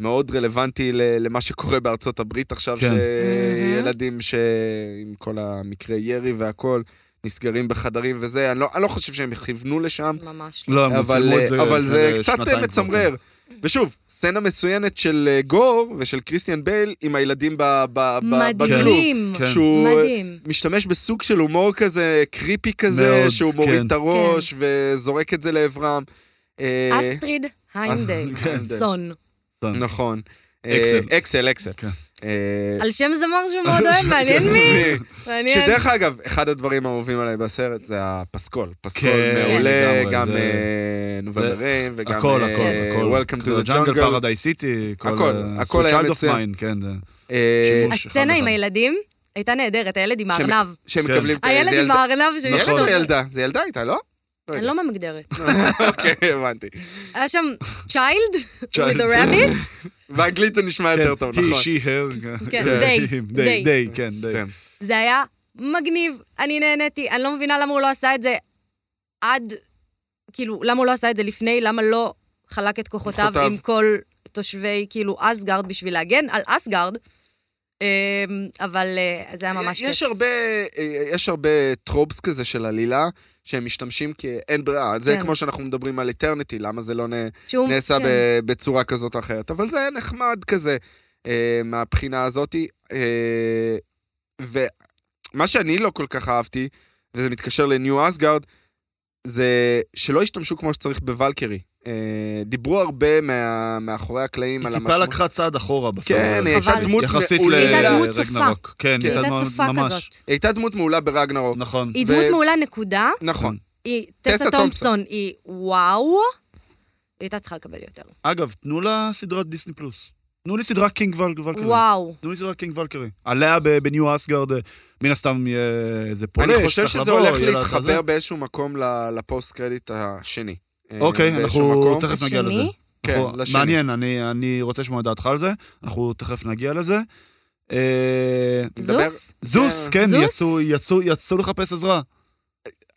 מאוד רלוונטי ל- למה שקורה בארצות הברית עכשיו,
כן.
שילדים שעם כל המקרי ירי והכול, נסגרים בחדרים וזה, אני לא, אני לא חושב שהם כיוונו לשם,
ממש לא.
לא, הם גם
אבל,
צילמו את זה
אה, אבל
לפני
זה קצת
שנתיים
אה,
כבר,
מצמרר. ושוב, סצנה מצוינת של אה, גור ושל קריסטיאן בייל עם הילדים ב- ב- ב- בגלוב.
לא. מדהים.
כן.
שהוא אה,
מדהים.
משתמש בסוג של הומור כזה, קריפי כזה,
מאוד,
שהוא מוריד
כן.
את הראש וזורק את זה לעברם. אה, כן.
אסטריד
היינדל.
היינדסון.
כן.
נכון. אה,
אקסל.
אקסל, אקסל.
כן.
אה, כן.
על שם זמר שהוא מאוד אוהב, מעניין
[laughs]
מי. מעניין.
שדרך אגב, אחד הדברים האהובים עליי בסרט זה הפסקול. פסקול
כן,
מעולה,
לגמרי,
גם
זה-
נובלרים, וגם
הכל,
אה,
הכל, הכל. כאילו
Welcome to the
ג'אנגל
Jungle.
פרדייס סיטי,
הכל, הכל היה
Child אה, of
מצוין.
Mine, כן. זה-
אה,
שימוש אחד
הסצנה עם
אחד.
הילדים הייתה נהדרת, הילד עם הארנב.
שהם
כן.
מקבלים את זה
הילד עם
ילדה.
הארנב
זה ילד או
נכון.
ילדה? זה ילדה הייתה, לא?
אני
יודע.
לא ממגדרת.
אוקיי, הבנתי.
היה שם
[laughs]
צ'יילד,
Child.
with a rabbit,
באנגלית זה נשמע יותר טוב,
he,
נכון.
she, her.
[laughs] כן,
[laughs] they,
they,
they,
they.
they, כן, they.
כן.
זה היה מגניב, אני נהניתי, אני לא מבינה למה הוא לא עשה את זה עד, כאילו, למה הוא לא עשה את זה לפני, למה לא חלק את כוחותיו
כוחותיו.
עם כל תושבי, כאילו, אסגרד בשביל להגן על אסגרד, אמ, אבל אה, זה היה ממש
יש
כיף.
הרבה, אה, יש הרבה טרופס כזה של עלילה, שהם משתמשים כאין ברירה. זה
כן.
כמו שאנחנו מדברים על אטרניטי, למה זה לא נ-
שהוא-
נעשה
כן.
ב- בצורה כזאת או אחרת. אבל זה היה נחמד כזה אה, מהבחינה הזאתי. אה, ומה שאני לא כל כך אהבתי, וזה מתקשר לניו אסגרד, זה שלא השתמשו כמו שצריך בוולקרי. אה, דיברו הרבה מה, מאחורי הקלעים
היא
על
טיפה
המשמעות.
לקחה צעד אחורה בסרט.
כן, היא הייתה
חבל.
דמות
יחסית
מעולה.
ל-
היא הייתה
דמות
לרגנרוק. כן,
כן.
היא
היא הייתה
מאוד-
צופה
ממש.
כזאת.
היא הייתה דמות מעולה ברגנרוק.
נכון.
היא
ו-
דמות מעולה, נקודה.
נכון.
היא,
טסה
טסה
תומפסון.
תומפסון היא וואו, היא הייתה צריכה לקבל יותר.
אגב, תנו לה סדרת דיסני פלוס. תנו לי סדרה קינג ול- ולקרי.
וואו.
תנו לי סדרה קינג ולקרי. עליה ב- בניו אסגרד, אה, מן הסתם יהיה איזה פולש.
אני חושב
צריך
שזה
לבוא,
הולך
יהיה לה את הזה.
להתחבר באיזשהו מקום ל- לפוסט קרדיט השני. אה,
אוקיי,
באיזשהו
אנחנו
מקום.
תכף נגיע לזה.
השני?
כן,
אנחנו-
לשני.
מעניין, אני- אני רוצה לשמוע את דעתך על זה, אנחנו תכף נגיע לזה. אה,
נדבר-
זוס?
זוס, כן,
זוס?
יצאו- יצאו- יצאו לחפש עזרה.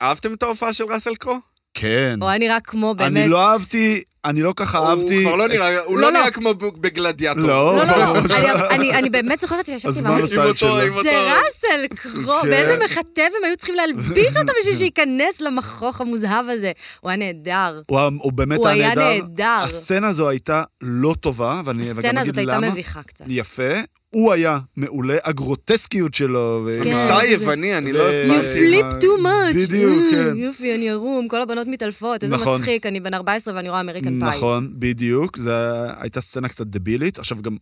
אהבתם את ההופעה של ראסל קרו?
כן.
הוא היה נראה כמו באמת...
אני לא אהבתי, אני לא ככה אהבתי.
הוא כבר לא נראה, הוא
לא,
לא
לא.
נראה כמו ב- בגלדיאטור.
לא.
לא, לא,
[laughs] ברור.
לא. אני- אני- אני באמת זוכרת שישבתי
הזמן
ואמרתי,
עשה את שלו.
עם אותו-
זה ראסל קרו,
כן.
באיזה מכתב הם היו צריכים להלביש אותו בשביל שייכנס למכוך המוזהב הזה. הוא היה נהדר.
הוא היה- הוא באמת
הוא
היה
היה
נהדר.
נהדר.
הסצנה הזו הייתה לא טובה, ואני וגם אגיד למה.
הסצנה הזאת הייתה מביכה קצת.
יפה. הוא היה מעולה, הגרוטסקיות שלו. אה,
כן.
מבטא
זה-
יווני, אני
ו-
לא
You
הבנתי,
הבנתי.
flip too much.
בדיוק,
אה,
כן.
יופי, אני ערום, כל הבנות מתעלפות, איזה
נכון.
מצחיק, אני בן 14 ואני רואה אמריקן פאי.
נכון, בדיוק. זו הייתה סצנה קצת דבילית. עכשיו גם,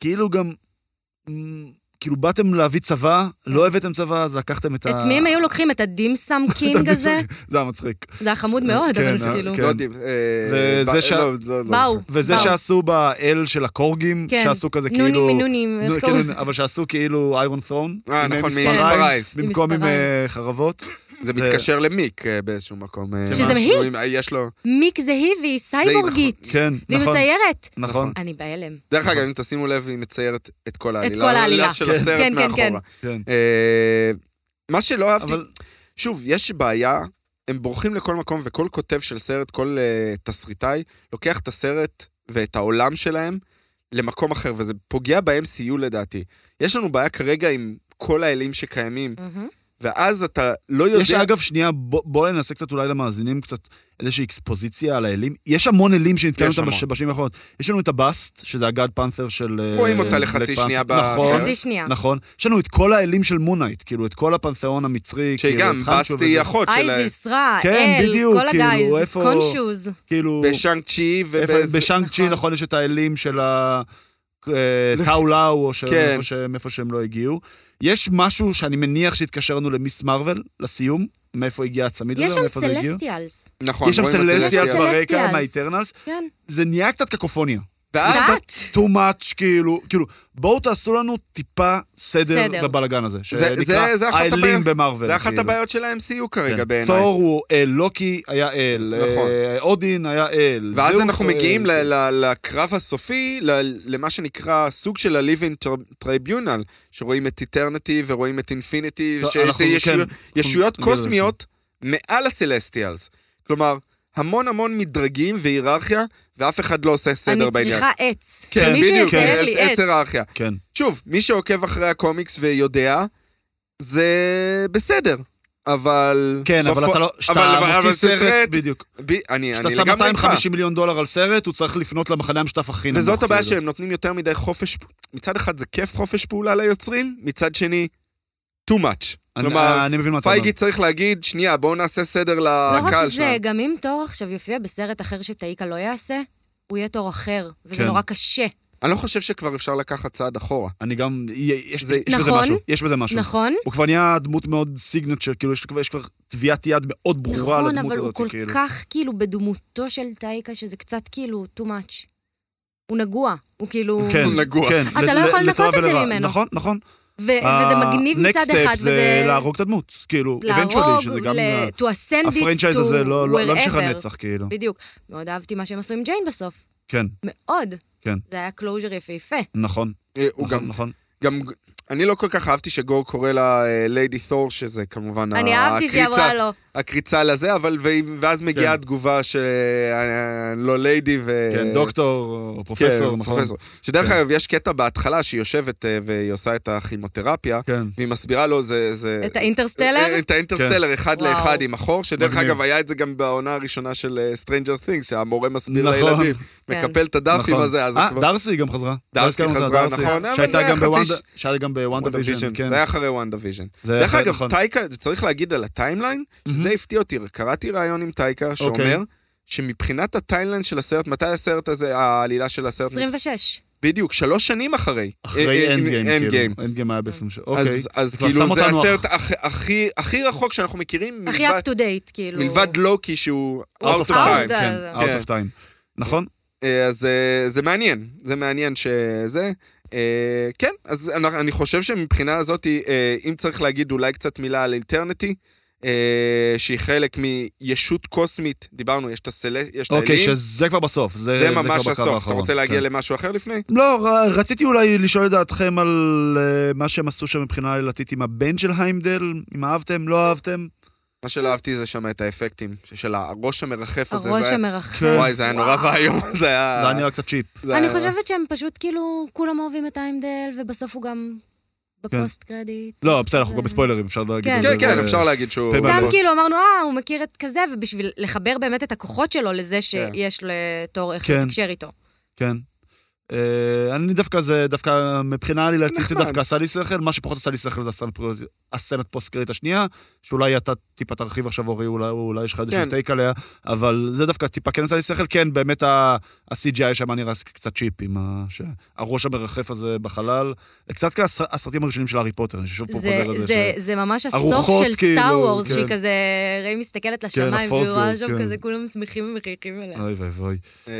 כאילו גם, מ, כאילו באתם להביא צבא, לא הבאתם צבא, אז לקחתם [laughs] את ה...
כן. את מי הם היו לוקחים? את
[laughs]
הדימסם קינג הזה?
זה היה מצחיק.
זה היה חמוד מאוד,
כן,
אבל
אה,
כאילו...
כן.
לא יודעים. אה,
וזה
ב-
ש-
לא, לא, לא.
באו.
וזה
באו.
שעשו באל של הקורגים,
כן.
שעשו כזה כאילו...
נונים מנונים,
נו,
איך קוראים?
כן, אבל שעשו כאילו איירון ת'רון.
אה,
עם
נכון,
מספריים,
מספריים.
במקום עם
מספריים.
אה, חרבות.
זה מתקשר למיק אה, באיזשהו מקום. אה,
שזה
משהו
היא.
עם- אה, יש לו...
מיק זה היא והיא סייבורגית.
כן,
והיא
נכון.
מציירת.
נכון.
אני בהלם.
דרך אגב, אם תשימו לב, היא מציירת את כל העלילה.
כל העלילה.
של
כן.
הסרט
כן, כן,
מאחורה.
כן.
אה, מה שלא אהבתי,
אבל
שוב, יש בעיה, הם בורחים לכל מקום, וכל כותב של סרט, כל uh, תסריטאי, לוקח את הסרט ואת העולם שלהם למקום אחר, וזה פוגע ב-MCU לדעתי. יש לנו בעיה כרגע עם כל האלים שקיימים,
מהמם.
ואז אתה לא יודע...
יש אגב, שנייה, בוא- בואו ננסה קצת אולי למאזינים קצת איזושהי אקספוזיציה על האלים. יש המון אלים שנתקענו
יש
אותם
המון.
בש- בשנים האחרונות. יש לנו את הבאסט, שזה הגאד פאנת'ר של... אה,
רואים אותה
בלק
לחצי
פאנת'ר.
שנייה ב-
נכון,
חצי שנייה.
נכון. יש לנו את כל האלים של מונייט, כאילו, את כל הפנתיאון המצרי. כאילו,
שגם,
את חנשו
בסטי היא
וזה.
אחות של...
אייזיס, רע,
כן,
אל,
בדיוק,
כל
כאילו,
הגייז,
איפה-
קונשוז.
כאילו...
בשאנג צ'י
איפה-
ובאיזה...
בשאנג צ'י,
נכון.
נכון, יש את האלים של ה... אה, טאו לאו, או של
כן.
איפה שהם- איפה שהם לא הגיעו. יש משהו שאני מניח שהתקשרנו למיס מרוויל, לסיום, מאיפה הגיע הצמיד הזה,
יש שם
מאיפה זה הגיע.
סלסטיאלס.
נכון,
יש שם
רואים את
סלסטיאל
הסלסטיאל.
ברקע
סלסטיאלס.
מהאיטרנלס,
כן.
זה נהיה קצת קקופוניה.
ואז
קצת.
too much, כאילו, כאילו, בואו תעשו לנו טיפה סדר,
סדר.
בבלגן הזה,
זה-
שנקרא
זה אחת
האלים
הבעיות.
במרוויל.
זה אחת
כאילו.
הבעיות של ה-MCU כרגע
כן.
בעיניי.
תור הוא אל, לוקי היה אל,
נכון.
אה, אודין היה אל. אה,
ואז
זהוס
אנחנו
הוא אל.
מגיעים ל- ל- לקרב הסופי, ל- למה שנקרא סוג של ה-Living Tri- Tribunal, שרואים את Eternity ורואים את Infinity,
לא, אנחנו-
שזה ישו-
כן,
ישויות
נגיע לזה.
קוסמיות מעל הסלסטיאלס. כלומר, המון המון מדרגים והיררכיה, ואף אחד לא עושה סדר
אני
בעניין.
צריכה עץ.
כן,
שמישהו
בדיוק,
יצייר
עץ-
לי
עץ
עץ.
היררכיה.
כן.
שוב, מי שעוקב אחרי הקומיקס ויודע, זה בסדר. אבל...
כן, אבל
בפו-
אתה לא... כשאתה
אבל- אבל
מוציא
בסרט-
סרט, בדיוק.
ב- אני
כשאתה
אני
שם
לגמרי איתך.
250 מיליון דולר על סרט, הוא צריך לפנות למחנה המשותף הכי נמוך.
וזאת הבעיה
כאילו.
שהם נותנים יותר מדי חופש, מצד אחד זה כיף חופש פעולה ליוצרים, מצד שני, too much.
אני-
כלומר,
אני מבין מה אתה אומר.
פייגי צריך להגיד, שנייה, בואו נעשה סדר
לא רק
לקהל
זה,
שלנו.
גם אם תור עכשיו יופיע בסרט אחר שטאיקה לא יעשה, הוא יהיה תור אחר, וזה
כן.
נורא קשה,
אני לא חושב שכבר אפשר לקחת צעד אחורה.
אני גם... יש
זה-
יש בזה
נכון.
משהו. יש בזה משהו.
נכון?
הוא כבר נהיה דמות מאוד סיגנצ'ר, כאילו יש כבר- יש כבר טביעת יד מאוד ברורה
נכון,
לדמות
אבל הוא
הזאת,
כל
כאילו.
כך כאילו בדמותו של טאיקה, שזה קצת כאילו too much. הוא נגוע, הוא כאילו...
כן,
הוא נגוע.
כן.
אתה
ל-
לא
ל-
יכול לנקות
לטובה
את זה
ולרעה.
ממנו.
נכון, נכון.
ו- וזה מגניב מצד אחד,
נקסט סטפ זה
וזה...
להרוג את הדמות, כאילו, eventually, שזה
להרוג,
גם... אה,
ל- to ascend it to
הפרנצ'ייז הזה לא לא- לא המשיך
wherever.
לנצח,
אה.
כאילו.
בדיוק. מאוד אהבתי מה שהם עשו עם ג'יין בסוף.
כן,
מאוד.
כן.
זה היה קלוז'ר יפהפה.
נכון.
אה, הוא
נכון,
גם,
נכון.
גם, אני לא כל כך אהבתי שגור קורא לה ליידי תור, שזה כמובן
אני אהבתי שהיא
הקריצה-
אמרה לו.
הקריצה לזה, אבל ו- ואז מגיעה
כן.
התגובה אה, שלא ליידי לא ו...
כן, דוקטור או פרופסור,
אה, כן,
נכון.
פרופסור. שדרך
כן.
אגב, יש קטע בהתחלה שהיא יושבת אה, והיא עושה את הכימותרפיה,
כן.
והיא מסבירה לו, זה... זה... אה,
את האינטרסטלר?
את האינטרסטלר אחד
וואו.
לאחד עם החור, שדרך
מגניב.
אגב היה את זה גם בעונה הראשונה של אה, Stranger Things, שהמורה מסביר
נכון.
לילדים,
כן.
מקפל את הדף עם
נכון.
הזה, אז זה
אה,
כבר...
דארסי גם חזרה. לא הזכרנו אותה,
חזרה, נכון, אבל
שהייתה
זה
גם
היה
בוונדה-
חצי
שהייתה גם בוונדה ויז'ן, כן.
זה היה אחרי וונדה ויז'ן.
זה היה
דרך
אחרי-
אגב,
נכון. Mhm.
טייקה, צריך להגיד על הטיימליין, שזה הפתיע אותי, קראתי ראיון עם טייקה
אוקיי.
שאומר שמבחינת הטיימליין של הסרט, מתי הסרט הזה, העלילה של הסרט,
26.
בדיוק, שלוש שנים אחרי. אה,
אחרי אנד גיים,
Endgame.
כאילו. אנד גיים היה בעצם... ש-
אז,
אוקיי.
אז
זה כבר
כאילו
שם
זה
אותנו
הסרט
אח-
הכי, הכי, הכי רחוק שאנחנו מכירים,
הכי
מלבד,
up to date, כאילו.
מלבד לוקי שהוא
Out of time,
time.
כן.
זה-
Out of time. נכון?
אה, אז אה, זה מעניין, זה מעניין שזה. אה, כן, אז אני, אני חושב שמבחינה הזאת, אה, אם צריך להגיד אולי קצת מילה על אינטרנטי, אה, שהיא חלק מישות קוסמית, דיברנו, יש את הסלס, יש את
אוקיי,
האלים,
שזה כבר בסוף. זה,
זה
כבר
ממש
בקו
הסוף. אתה
האחרון,
רוצה להגיע
כן.
למשהו אחר לפני?
לא, ר- רציתי אולי לשאול את דעתכם על אה, מה שהם עשו שם מבחינה עלילתית עם הבן של היימדל, אם אהבתם, לא אהבתם.
מה שלא אהבתי זה שם את האפקטים של הראש המרחף הזה.
הראש
זה היה-
המרחב.
כן.
וואי, זה היה נורא ואיום, [laughs] זה היה...
זה היה נראה קצת צ'יפ.
זה
אני
היה-
חושבת שהם פשוט כאילו, כולם אוהבים את איימדל, ובסוף הוא גם בפוסט קרדיט.
לא, בסדר, אנחנו
זה-
כבר בספוילרים, אפשר להגיד
כן.
את זה.
כן, כן,
ו-
אפשר להגיד שהוא...
סתם
סתם
בראש.
כאילו אמרנו, אה, הוא מכיר את כזה, ובשביל לחבר באמת את הכוחות שלו לזה
כן.
שיש לתור איך
כן.
לתקשר איתו.
כן. אה, אני דווקא זה, דווקא מבחינה עלילתית זה
נחמד.
דווקא עשה לי שכל, מה שפחות עשה לי שכל זה הסצנת פרו- הסצנת פוסט-קרית השנייה, שאולי אתה טיפה תרחיב עכשיו, אורי, אולי, אולי יש לך איזשהו
כן.
טייק עליה, אבל זה דווקא טיפה כן עשה לי שכל, כן, באמת ה- ה-CGI שם נראה קצת צ'יפ עם ה- ש- הראש המרחף הזה בחלל, זה קצת כהסרטים הראשונים של הארי פוטר, אני שוב פה
זה,
חוזר על זה.
זה,
ש-
זה ממש הסוף
הרוחות,
של
כאילו,
סטאר וורס,
כן.
שהיא כזה, ריי מסתכלת לשמיים,
הפורס
והיא רואה
גורס,
שם
כן.
כזה, כולם שמחים ומחייכים אליה.
אוי ואי ואי.
אה,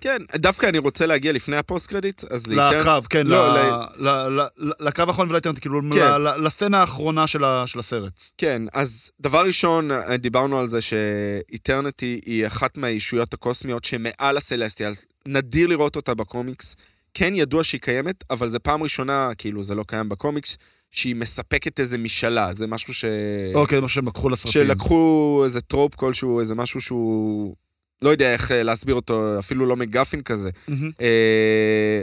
כן, דווקא אני רוצה להגיע לפני הפוסט קרדיט, אז לאינטרנט...
לקרב, כן,
לא,
ל- ל- ל- לקרב האחרון ולאינטרנט, כאילו, ל-
כן.
ל- לסצנה האחרונה של ה- של הסרט.
כן, אז דבר ראשון, אה, דיברנו על זה שאיטרנטי היא אחת מהישויות הקוסמיות שמעל הסלסטיאל. נדיר לראות אותה בקומיקס. כן ידוע שהיא קיימת, אבל זו פעם ראשונה, כאילו, זה לא קיים בקומיקס, שהיא מספקת איזה משאלה. זה משהו ש...
אוקיי, זה מה שהם לקחו לסרטים.
שלקחו איזה טרופ כלשהו, איזה משהו שהוא... לא יודע איך אה, להסביר אותו, אפילו לא מגפין כזה.
מהמם.
אה,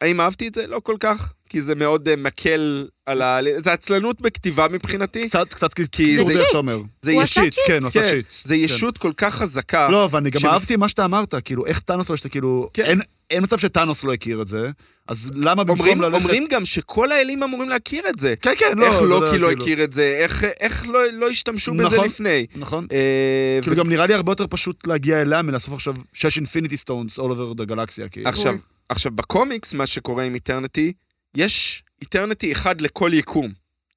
האם אהבתי את זה? לא כל כך, כי זה מאוד אה, מקל על ה... זה עצלנות בכתיבה מבחינתי.
קצת, קצת
כי
קיצור
זה
דרך,
צ'יט.
תומר.
זה
הוא
יש...
עשה
צ'יט,
צ'יט.
כן, הוא עשה
כן.
צ'יט.
זה ישות כל כך חזקה.
לא, אבל אני גם
שמפ-
אהבתי מה שאתה אמרת, כאילו, איך טאנוס לא יש, כאילו,
כן.
אין- אין מצב שטאנוס לא הכיר את זה, אז למה
אומרים,
במקום ללכת...
אומרים גם שכל האלים אמורים להכיר את זה.
כן, כן, לא...
איך
אתה
לא,
יודע,
כי לא
כאילו,
הכיר את זה, איך, איך לא, לא השתמשו בזה
נכון.
לפני.
נכון.
אה,
כאילו, גם נראה לי הרבה יותר פשוט להגיע אליה מלאסוף עכשיו שש אינפיניטי סטונס all over the גלקסיה, כאילו.
עכשיו, עכשיו, בקומיקס, מה שקורה עם איטרנטי, יש איטרנטי אחד לכל יקום.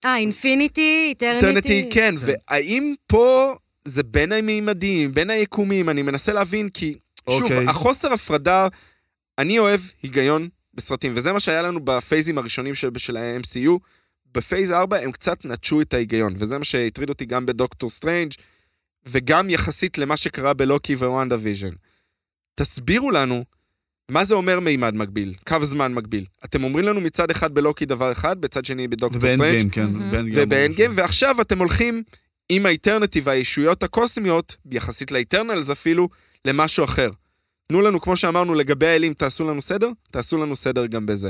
אה, אינפיניטי, איטרניטי.
איטרנטי, כן, והאם פה זה בין המימדים, בין היקומים, אני מנסה להבין, כי שוב,
אוקיי.
החוסר הפרדה, אני אוהב היגיון בסרטים, וזה מה שהיה לנו בפייזים הראשונים של, של ה-MCU. בפייז 4 הם קצת נטשו את ההיגיון, וזה מה שהטריד אותי גם בדוקטור סטרנג', וגם יחסית למה שקרה בלוקי ווואנדה ויז'ן. תסבירו לנו מה זה אומר מימד מקביל, קו זמן מקביל. אתם אומרים לנו מצד אחד בלוקי דבר אחד, בצד שני בדוקטור
ובאנד
סטרנג'.
גיים, כן.
מהמם.
באנד גיים.
ובאנד גיים, ועכשיו אתם הולכים עם האיטרנטי והישויות הקוסמיות, יחסית לאיטרנלס אפילו, למשהו אחר. תנו לנו, כמו שאמרנו, לגבי האלים, תעשו לנו סדר, תעשו לנו סדר גם בזה.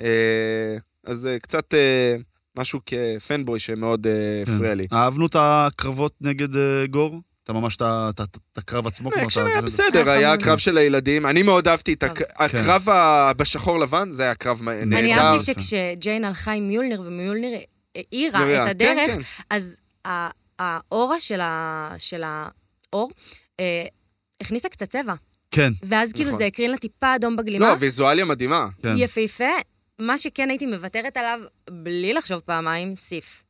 אה, אז אה, קצת אה, משהו כפנבוי שמאוד אה,
כן.
הפריע לי.
אהבנו את הקרבות נגד אה, גור? אתה ממש, את ה- את ה- את הקרב עצמו? כלומר,
האקשן
אתה-
אה, היה
אתה-
בסדר, היה
חמוד.
הקרב של הילדים. אני מאוד אהבתי את
כן.
הק- הקרב ה- בשחור לבן, זה היה קרב מ- נהדר.
אני
נהדר.
אהבתי שכשג'יין הלכה עם מיולנר, ומיולנר האירה
נראה.
את
כן,
הדרך,
כן.
אז ה- האורה של ה- של האור אה, הכניסה קצת צבע,
כן,
ואז כאילו
נכון.
זה הקרין לה טיפה אדום בגלימה.
לא, ויזואליה מדהימה.
כן.
יפהפה. מה שכן הייתי מוותרת עליו, בלי לחשוב פעמיים, סיף.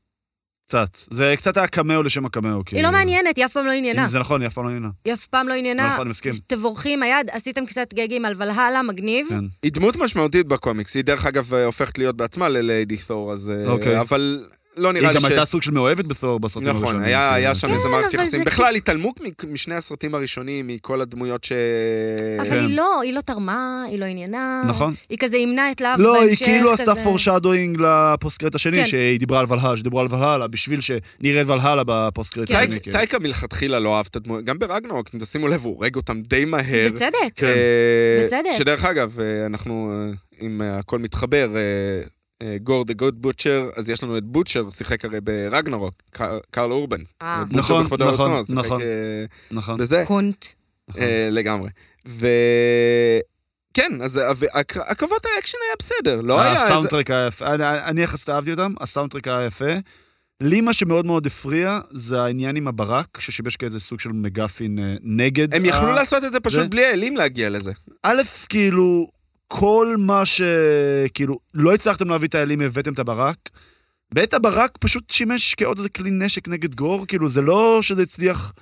קצת. זה קצת היה קמאו לשם הקמאו, כאילו.
היא לא מעניינת, היא אף פעם לא עניינה.
אם זה נכון, היא אף פעם לא עניינה.
היא אף פעם לא עניינה.
נכון, אני מסכים.
תבורכי עם היד, עשיתם קצת גגים על ולהלה, מגניב.
כן.
היא דמות משמעותית בקומיקס, היא דרך אגב אה, הופכת להיות בעצמה לליידי תור, אז... אה,
אוקיי.
אבל לא נראה
היא
לי
גם
ש...
הייתה סוג של מאוהבת בתור בסרטים הראשונים.
נכון, היה
כאילו.
היה שם איזה
כן,
מערכת
אבל
יחסים.
זה
בכלל, התעלמו מ- משני הסרטים הראשונים, מכל הדמויות ש...
אבל
כן.
היא לא, היא לא תרמה, היא לא עניינה.
נכון.
היא כזה ימנה את להב
לא, היא
בהמשך,
כאילו עשתה
כזה.
פורשדוינג לפוסט-קרט השני,
כן.
שהיא דיברה על ולהלה, שדיברו על ולהלה, בשביל שנראה ולהלה בפוסט-קרט
כן.
השני.
טייק-
כאילו.
טייקה מלכתחילה לא אהב את הדמויות, גם ברגנרוק, אם תשימו לב, הוא הורג אותם די מהר.
בצדק.
כן.
אה,
בצדק.
שדרך אגב, אה, אנחנו, אה, אם אה, הכל מתחבר, אה, גור דה גוד בוטשר, אז יש לנו את בוטשר, שיחק הרי ברגנרוק, ק- קרל אורבן.
אה,
בוטשר
נכון,
בכבודו
נכון,
ובעצמו, שיחק,
נכון.
אה,
נכון.
בזה.
קונט.
נכון.
אה, לגמרי. ו... כן, אז ה- ו- הקר- הקרבות האקשן היה בסדר,
אה,
לא היה... איזה-
הסאונדטרק היה יפה. אני- אני יחסית אהבתי אותם, הסאונדטרק היה יפה. לי מה שמאוד מאוד הפריע, זה העניין עם הברק, ששיבש כאיזה סוג של מגפין אה, נגד.
הם
ה-
יכלו לעשות את זה פשוט
זה-
בלי האלים להגיע לזה.
א', כאילו, כל מה ש... כאילו, לא הצלחתם להביא את האלים, הבאתם את הברק. בעת הברק פשוט שימש כעוד איזה כלי נשק נגד גור, כאילו, זה לא שזה הצליח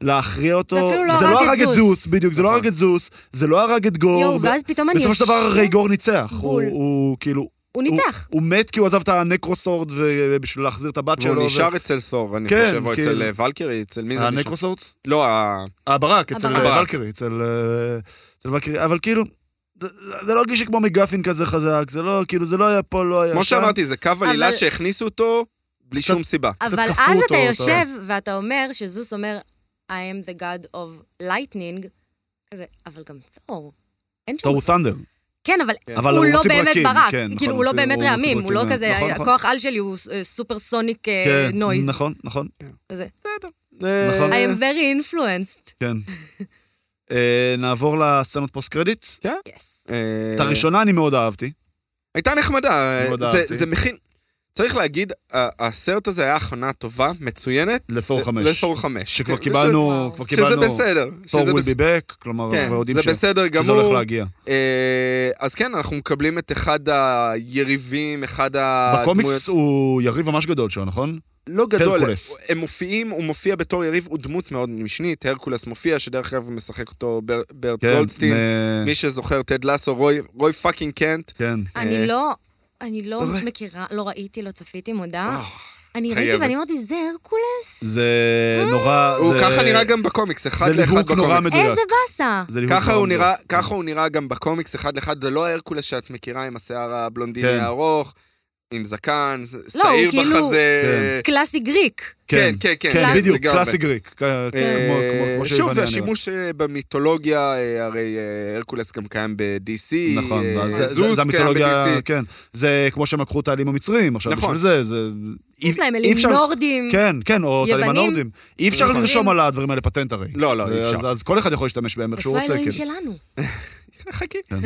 להכריע אותו.
זה אפילו לא
זה
הרג
לא
את
הרג את
זוס.
זוס, בדיוק, זה לא
נכון.
הרג את זוס, זה לא הרג את גור.
יואו,
ו-
ואז פתאום אני...
בסופו של
יושב-
דבר הרי גור ניצח. הוא
בול.
הוא כאילו...
הוא ניצח.
הוא מת כי הוא עזב את הנקרוסורד ו- בשביל להחזיר את הבת שלו.
והוא
ו-
נשאר אצל סור, אני
לא כן,
חושב, או
כן.
אצל אה, ולקירי, אצל מי זה נשאר?
הנקרוסורד?
לא, ה-
כן, הברק, אצל
הברק.
ולקרי, אצל אה, אצל ולקרי, אבל כאילו... זה- זה לא הרגיש לי כמו מגפין כזה חזק, זה לא, כאילו, זה לא היה פה, לא היה
כמו
שם.
שאמרתי, זה קו עלילה שהכניסו אותו בלי
קצת-
שום סיבה.
קצת
אבל
כפו
אז
אותו,
אתה
אתה-
יושב ואתה אומר שזוס אומר, I am the god of lightning, כזה, אבל גם תור. אין שום...
תור תנדר.
כן, אבל
אבל
הוא לא
עושים
באמת
ברקים,
ברק.
כן, נכון,
כאילו, הוא לא
עושים-
באמת
הוא עושים
רעמים, הוא לא
ברקים,
כזה,
נכון, נכון.
הכוח על שלי הוא אה, סופרסוניק אה,
כן,
נויז.
נכון, נכון,
כזה,
נכון.
I am very influenced.
כן. אה, נעבור לסצנות פוסט קרדיט.
Yes.
אה,
את הראשונה אני מאוד אהבתי.
הייתה נחמדה, אה,
מאוד
זה-
אהבתי.
זה מכין... צריך להגיד, ה- הסרט הזה היה הכנה טובה, מצוינת.
לתור
ל-
חמש.
לתור חמש.
שכבר
ש-
קיבלנו,
וואו.
כבר
שזה
קיבלנו...
בסדר.
תור
שזה
will
בסדר.
be back, כלומר,
כן,
כבר יודעים
זה
ש-
בסדר
שזה הולך
גמור.
להגיע.
אה, אז כן, אנחנו מקבלים את אחד היריבים, אחד הדמויות.
בקומיקס הוא יריב ממש גדול שלו, נכון?
לא גדול,
הרקולס.
הם מופיעים, הוא מופיע בתור יריב, הוא דמות מאוד משנית, הרקולס מופיע, שדרך אגב משחק אותו בר- ברט גולדסטין,
כן, מ-
מי שזוכר, טד לסו, רוי- רוי פאקינג קנט.
אה, כן.
אה,
אני לא... אני לא
אוי.
מכירה, לא ראיתי, לא צפיתי, מודה.
אה,
אני ראיתי
חייבת.
ואני אמרתי, זה הרקולס?
זה נורא...
אה. הוא
זה-
ככה נראה גם בקומיקס, אחד
זה
לאחד
ליהוק נורא
בקומיקס.
מדויק.
איזה באסה.
זה ליהוק
ככה
נורא
הוא
מדויק.
נראה- ככה הוא נראה גם בקומיקס, אחד לאחד, זה לא ההרקולס שאת מכירה עם השיער הבלונדיני
כן.
הארוך, עם זקן, ז-
לא, הוא
שעיר
כאילו-
בחזה.
קלאסי גריק.
כן,
כן, כן, כן.
כן,
לגמרי.
בדיוק, קלאסי גריק. כ- כמו- כמו- כמו
כן. אה, שוב,
שיווני
השימוש אה, במיתולוגיה, אה, הרי אה, הרקולס גם קיים ב-DC,
הנראה. נכון,
אה,
ואז זה- זה-
זוז
זה
קיים
המיתולוגיה,
ב-DC.
כן. זה כמו שהם לקחו את העלים המצרים, עכשיו
נכון.
בשביל זה, זה...
יש
אי-
להם
אי
אלים
אפשר-
נורדים.
כן, כן, או את העלים
יוונים.
הנורדים. אי אפשר
נכון.
לרשום על הדברים האלה פטנט הרי.
לא, לא, אי
אז-
אפשר.
אז כל אחד יכול להשתמש בהם איך שהוא
איפה
רוצה,
האלוהים
כאילו.
שלנו?
חכי.
כן.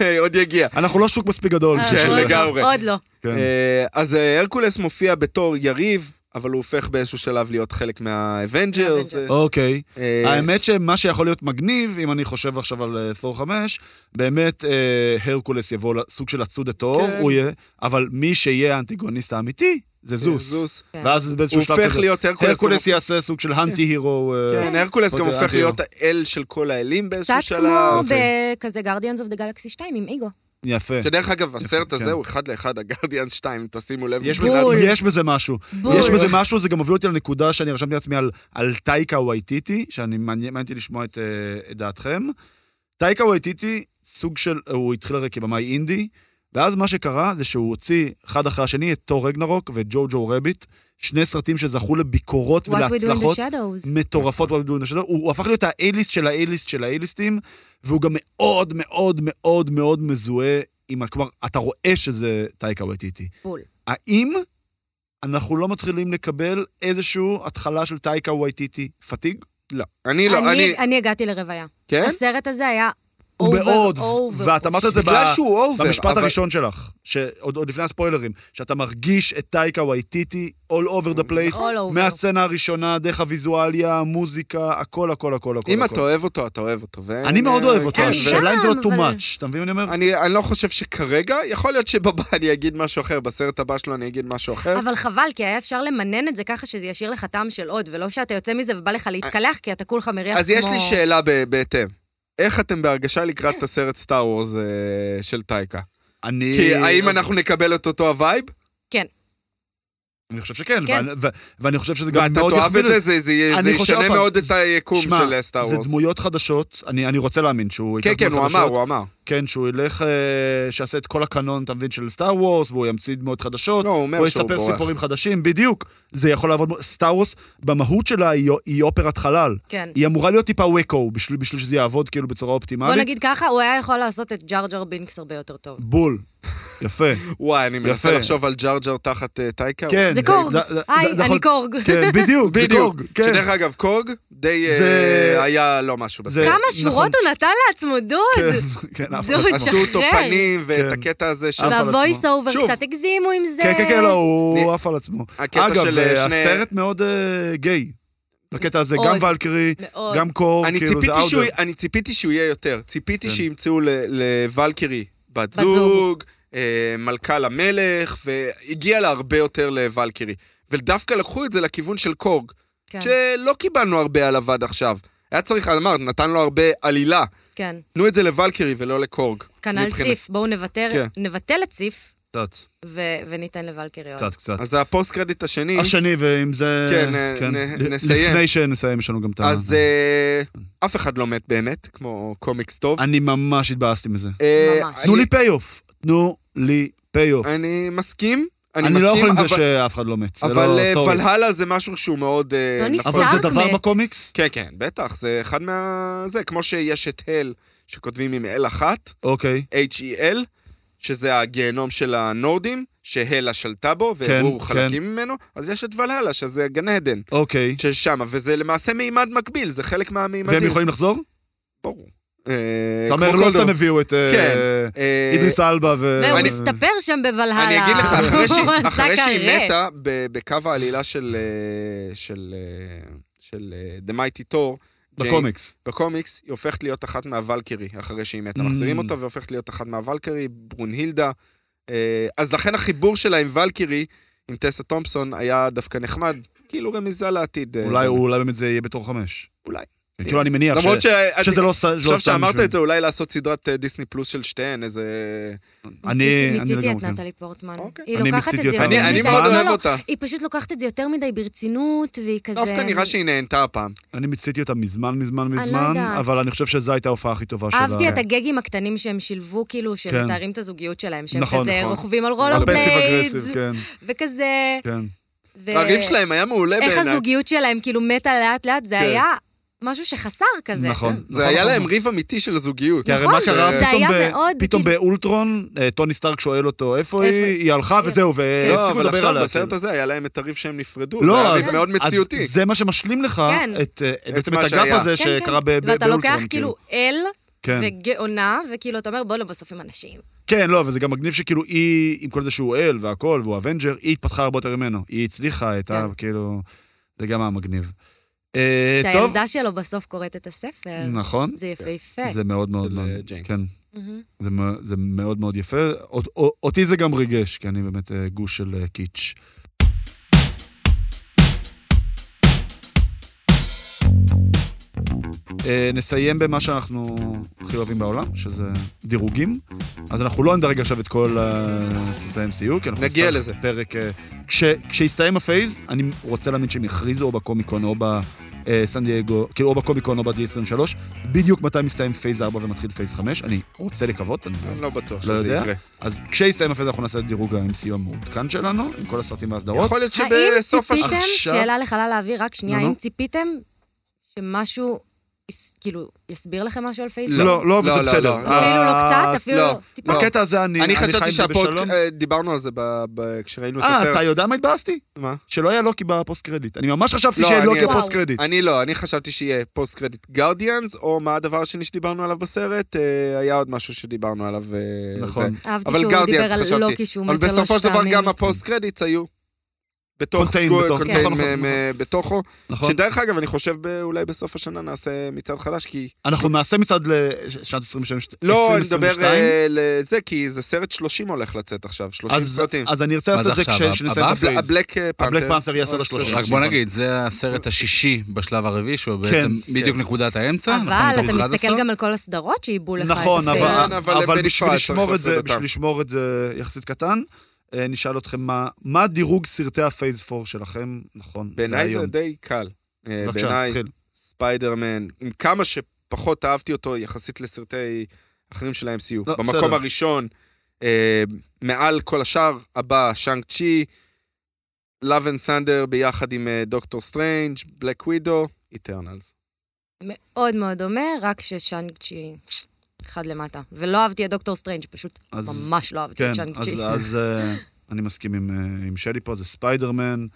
אה, [laughs] עוד יגיע.
אנחנו לא שוק מספיק גדול.
אה,
בשביל-
כן,
עוד לא,
לגמרי.
עוד לא.
כן.
אה, אז אה, הרקולס מופיע בתור יריב, אבל הוא הופך באיזשהו שלב להיות חלק מהאבנג'רס.
מה-Avengers.
אוקיי.
אה,
האמת שמה שיכול להיות מגניב, אם אני חושב עכשיו על אה, תור 5, באמת אה, הרקולס יבוא לסוג של לצוד את האור,
כן.
הוא יהיה, אבל מי שיהיה האנטגוניסט האמיתי, זה זוס.
זוס.
כן.
ואז באיזשהו
הוא
שלב
הופך
כזה,
להיות הרקולס.
הרקולס
גם-
יעשה סוג של האנטי הירו.
כן, הרקולס גם
אוקיי,
הופך
אנטי-
להיות האל של כל האלים באיזשהו
קצת
שלב.
כמו
אוקיי.
בכזה Guardians of the Galaxy 2 עם איגו.
יפה.
שדרך אגב, הסרט
כן.
הזה הוא אחד לאחד הגרדיאנס 2, אם תשימו לב.
יש
מבחינת-
בזה,
בול.
יש בזה משהו.
בול.
יש בזה משהו, זה גם הוביל אותי לנקודה שאני רשמתי לעצמי על, על טייקה וייטיטי, שאני מעניין מעניין אותי לשמוע את, אה, את דעתכם. טייקה וייטיטי, סוג של, הוא התחיל הרי כבמאי אינדי, ואז מה שקרה זה שהוא הוציא אחד אחרי השני את תור רגנרוק וג'ו ג'ו רביט, שני סרטים שזכו לביקורות
What we do in
ולהצלחות.
the shadows.
מטורפות בבידוד השנה, הוא הוא הפך להיות האייליסט של האייליסט של האייליסטים, והוא גם מאוד מאוד מאוד מאוד מזוהה עם, ה- כלומר, אתה רואה שזה טייקה וייטיטי.
בול.
האם אנחנו לא מתחילים לקבל איזושהי התחלה של טייקה וייטיטי פתיג?
לא. אני לא, אני...
אני- אני הגעתי לרוויה.
כן?
הסרט הזה היה
הוא
over,
מאוד,
over.
ואת אמרת את זה
בגלל
ב-
שהוא אובר.
במשפט
אבל-
הראשון שלך, שעוד עוד לפני הספוילרים, שאתה מרגיש את טייקה וייטיטי all over the place,
All over.
מהסצנה הראשונה, דרך הוויזואליה, המוזיקה, הכל, הכל, הכל, הכל.
אם
הכל.
אתה אוהב אותו, אתה אוהב אותו. ואין-
אני מאוד אוהב אותו,
כן,
אני גם,
השאלה אם זה לא too
אבל-
much, אתה מבין מה אני אומר?
אני, אני לא חושב שכרגע, יכול להיות שבבא אני אגיד משהו אחר, בסרט הבא שלו אני אגיד משהו אחר.
אבל חבל, כי היה אפשר למנן את זה ככה שזה ישאיר לך טעם של עוד, ולא שאתה יוצא מזה ובא לך להתקלח, כי אתה כולך מריח כמו...
אז יש לי שאלה ב- בהתאם. איך אתם בהרגשה לקראת את הסרט סטאר וורז של טייקה?
אני...
כי האם אנחנו נקבל את אותו הווייב?
אני חושב שכן,
כן.
ואני- ו- ואני חושב שזה גם
ואתה
מאוד
תאהב
יוביל
את זה, זה- זה יהיה-
אני
זה
חושב,
ישנה
אבל-
מאוד את היקום
שמע,
של סטאר
זה
וורס.
דמויות חדשות, אני, אני רוצה להאמין שהוא
כן,
ייקח
כן, הוא
דמויות
אמר,
חדשות.
הוא אמר.
כן, שהוא ילך, אה, שיעשה את כל הקנון, אתה מבין, של סטאר וורס, והוא ימציא דמויות חדשות,
לא, הוא אומר
הוא
שהוא
יספר
בורח.
סיפורים חדשים, בדיוק. זה יכול לעבוד, סטאר וורס, במהות שלה היא, היא אופרת חלל.
כן.
היא אמורה להיות טיפה ווקו, בשביל, בשביל שזה יעבוד כאילו בצורה אופטימלית.
בוא נגיד ככה, הוא היה יכול לעשות את ג'אר ג'אר בינקס הרבה יותר טוב.
בול. יפה.
וואי, אני
יפה.
מנסה לחשוב על ג'אר ג'אר תחת אה, טייקה.
כן.
זה קורג.
זה- זה-
היי,
זה- זה יכול-
אני קורג.
כן, בדיוק, זה
[laughs] בדיוק.
קורג. כן.
שדרך אגב, קורג די אה,
זה-
היה לא משהו בסרט.
זה-
[laughs] כמה
נכון.
שורות הוא נתן לעצמו, דוד!
כן, כן, אף אחד
דוד,
לא-
עשו אותו
שחרר.
פנים ואת
כן.
הקטע הזה של...
עף על
והוויס
עצמו.
אובר
שוב.
קצת הגזימו עם זה.
כן, כן, כן, לא, הוא
אני-
עף על עצמו.
הקטע
אגב,
של
אה,
אה, שני...
הסרט מאוד אה, גיי. בקטע הזה, גם
מאוד.
ולקרי,
מאוד.
גם קור,
אני
כאילו, זה
ציפיתי שהוא-
אאודר.
אני ציפיתי שהוא יהיה יותר. ציפיתי
כן.
שימצאו ל- לוולקרי בת
בת זוג.
זוג, אה, מלכה למלך, והגיע לה הרבה יותר לוולקרי. ודווקא לקחו את זה לכיוון של קורג.
כן.
שלא קיבלנו הרבה עליו עד עכשיו. היה צריך, אמרת, נתן לו הרבה עלילה.
כן.
תנו את זה לוולקרי ולא לקורג.
כנ"ל
מבחינת-
סיף, בואו נוותר,
כן.
נבטל את סיף
קצת,
ו- וניתן לוולקרי עוד.
קצת, קצת.
אז זה הפוסט קרדיט השני.
השני, ועם זה...
כן, אה, נ-
ל-
נסיים.
לפני שנסיים, יש לנו גם את ה...
אז אה, אף אחד לא מת באמת, כמו קומיקס טוב.
אני ממש התבאסתי מזה.
אה,
ממש.
אני-
תנו לי פי-אוף. תנו לי פי-אוף.
אני מסכים. אני
אני לא
מסכים,
יכול עם זה
אבל-
שאף אחד לא מת. זה
אבל
לא-
אה,
sorry.
ולהלה זה משהו שהוא מאוד... אה,
טוני
נפוץ.
אבל
סטארק
זה דבר
מת.
בקומיקס?
כן, כן, בטח, זה אחד מה... זה, כמו שיש את הל, שכותבים עם אל אחת,
אוקיי.
H-E-L, שזה הגיהנום של הנורדים, שהלה שלטה בו, והראו
כן.
חלקים ממנו, אז יש את ולהלה, שזה גן עדן,
אוקיי.
ששם, וזה למעשה מימד מקביל, זה חלק מהמימדים.
והם יכולים
אה,
לחזור?
ברור. אה,
אתה אומר, לא סתם הביאו את אה,
כן. אה,
אידריס אלבה ו...
והוא
אני-
הסתפר שם בוולהלה.
אני אגיד לך, אחרי שהיא-
[laughs] הוא
אחרי
עשה
שהיא
קרה.
מתה, ב- בקו העלילה של אה, של, אה, של אה, The Mighty Thor, ג'יין
בקומיקס.
בקומיקס, היא הופכת להיות אחת מהוולקרי, אחרי שהיא מתה.
Mm.
מחזירים אותה והופכת להיות אחת מהוולקרי, ברונהילדה. אה, אז לכן החיבור שלה עם ולקרי, עם טסה תומפסון, היה דווקא נחמד. כאילו רמיזה לעתיד. אה,
אולי אולי באמת זה יהיה בתור חמש.
אולי.
כאילו, אני מניח ש-
כן. למרות ש...
שזה לא ס- לא סתם
עכשיו שאמרת
בשביל-
את זה, אולי לעשות סדרת אה, דיסני פלוס של שתיהן, איזה...
אני... אני
מיציתי
לגמרי
את
כן.
נטלי פורטמן.
אוקיי.
היא
אני
לוקחת את
מיציתי
זה
אותה. אבל
אני
יותר
אני
מי
מדי-
מאוד
לא,
אוהב
לא,
אותה.
היא פשוט לוקחת את זה יותר מדי ברצינות, והיא
לא,
כזה...
דווקא נראה שהיא נהנתה הפעם.
כן. אני מיציתי אותה מזמן, מזמן,
לא
מזמן,
יודעת.
אבל אני חושב שזו הייתה ההופעה הכי טובה שלה.
אהבתי את הגגים הקטנים שהם שילבו, כאילו,
לא כן.
שהם מתארים את הזוגיות שלהם, שהם
נכון,
כזה
נכון.
רוכבים על
על פסיב
רולרבליידס,
אגרסיב, כן,
וכזה...
כן.
ו-
הריב שלהם היה מעולה בעיניי.
איך הזוגיות שלהם כאילו מתה לאט-לאט, זה
כן.
היה משהו שחסר כזה. כן,
נכון.
זה
נכון,
היה
נכון.
להם ריב אמיתי של זוגיות.
כי הרי מה קרה?
זה
פתאום
נכון, היה
ב-
מאוד,
פתאום
כאילו-
באולטרון, אה, טוני סטארק שואל אותו, איפה היא?
איפה כן. היא?
היא הלכה וזהו,
לא,
והפסיקו
אבל
לדבר
עכשיו
עליה.
בסרט
כאילו.
הזה היה להם את הריב שהם נפרדו.
לא,
זה היה
אז-
ריב מאוד מציאותי.
אז זה מה שמשלים לך,
כן.
את, אה, בעצם
מה
את הגאפ
שהיה.
הזה
כן,
שקרה
כן.
ב- ב-
ואתה לוקח
באולטרון.
כאילו
כאילו.
אל
כן.
וגאונה, וכאילו אתה אומר, בואנה, בסוף הם אנשים.
כן, לא, וזה גם מגניב שכאילו היא, עם כל זה שהוא אל והכל, והוא אבנג'ר, היא התפתחה הרבה יותר ממנו. היא הצליחה את ה...
כן.
כאילו... זה גם היה מגניב. אה, טוב.
שהילדה שלו בסוף קוראת את הספר.
נכון.
זה יפהפה.
זה מאוד מאוד
של,
מאוד...
אה, ג'יין.
כן.
מהמם.
זה, מ- זה מאוד מאוד יפה. אות- אות- אותי זה גם ריגש, כי אני באמת אה, גוש של אה, קיץ'. אה, נסיים במה שאנחנו הכי אוהבים בעולם, שזה דירוגים. אז אנחנו לא נדרג עכשיו את כל אה, סרטי MCU, כי אנחנו
נגיע
נצטרך
לזה.
פרק... אה, כש, כשיסתיים הפייז, אני רוצה להאמין שהם יכריזו או בקומיקון או בסן דייגו, כאילו או בקומיקון או ב-D23, בדיוק מתי מסתיים פייז 4 ומתחיל פייז 5, אני רוצה לקוות, אני
אני לא בטוח
לא
שזה
יודע.
יקרה.
אז כשיסתיים הפייז אנחנו נעשה את דירוג ה-MCU המעודכן שלנו, עם כל הסרטים והסדרות.
יכול להיות
האם
שבסוף הש...
ציפיתם,
עכשיו-
שאלה לחלל האוויר, רק שנייה,
נו, נו.
האם ציפיתם שמשהו, יס- כאילו, יסביר לכם משהו על פייסבוק?
לא, לא, אבל
לא,
זה
לא,
בסדר.
לא.
אפילו לא
אה,
קצת, אפילו
לא.
לא טיפה.
לא.
בקטע הזה אני
אני
אני חי
חשבתי אה,
עם זה בשלום.
שהפודקאסט... דיברנו על זה ב- ב- כשראינו את
אה, אתה
הסרט.
יודע מה התבאסתי?
מה?
שלא היה לוקי בפוסט קרדיט. אני ממש חשבתי
לא,
שאין
אני-
לוקי
וואו.
בפוסט קרדיט.
אני לא, אני חשבתי שיהיה פוסט קרדיט גרדיאנס, או מה הדבר השני שדיברנו עליו בסרט, אה, היה עוד משהו שדיברנו עליו. אה,
נכון.
זה.
אהבתי
אבל
שהוא
גרדיאנס,
דיבר על
חשבתי.
לוקי שהוא
אבל
מת שלוש פעמים.
בסופו של דבר גם הפוסט קרדיטס היו. בתוך
קונטיין,
סגור-
בתוך-
קונטיין,
נכון,
[laughs] אה,
נכון,
אה, בתוכו,
נכון.
שדרך אגב, אני חושב ב- אולי בסוף השנה נעשה מצעד חדש, כי...
אנחנו נעשה מצעד לשנת 2022.
לא, אני מדבר אה, לזה, כי זה סרט 30 הולך לצאת עכשיו, 30
אז-
סרטים.
אז אני ארצה
מה
לעשות את
זה
זה
עכשיו?
כשנסיים את
הבא?
הפייז.
הבלק אה, פנתר.
הבלק פנתר יהיה הסוד
כן.
השלושה.
רק בוא נגיד, זה הסרט השישי בשלב הרביעי, שהוא בעצם בדיוק נקודת האמצע. אנחנו
אבל
מתוך
אתה
11.
מסתכל גם על כל הסדרות שעיבו לך את
נכון,
הפייס.
אבל,
כן, אבל
אבל,
בנפרד
בשביל,
צריך
לשמור את
לעשות
זה,
אותם.
בשביל לשמור את זה יחסית קטן, אה, נשאל אתכם מה, מה דירוג סרטי הפייס 4 שלכם, נכון,
בעיניי זה
להיום.
די קל. אה,
בבקשה,
בעיניי
תתחיל.
ספיידרמן, עם כמה שפחות אהבתי אותו יחסית לסרטי אחרים של ה-MCU.
לא,
במקום
בסדר.
הראשון, אה, מעל כל השאר, הבא, שאנג צ'י, Love and Thunder ביחד עם אה, דוקטור סטרנג', בלק ווידו, איטרנלס.
מאוד מאוד דומה, רק ששאנג צ'י אחד למטה. ולא אהבתי את דוקטור סטרנג', פשוט
אז-
ממש לא אהבתי
כן,
את שאנג
אז,
צ'י.
אז אה, [laughs] אני מסכים עם, אה, עם שלי פה, זה ספיידרמן,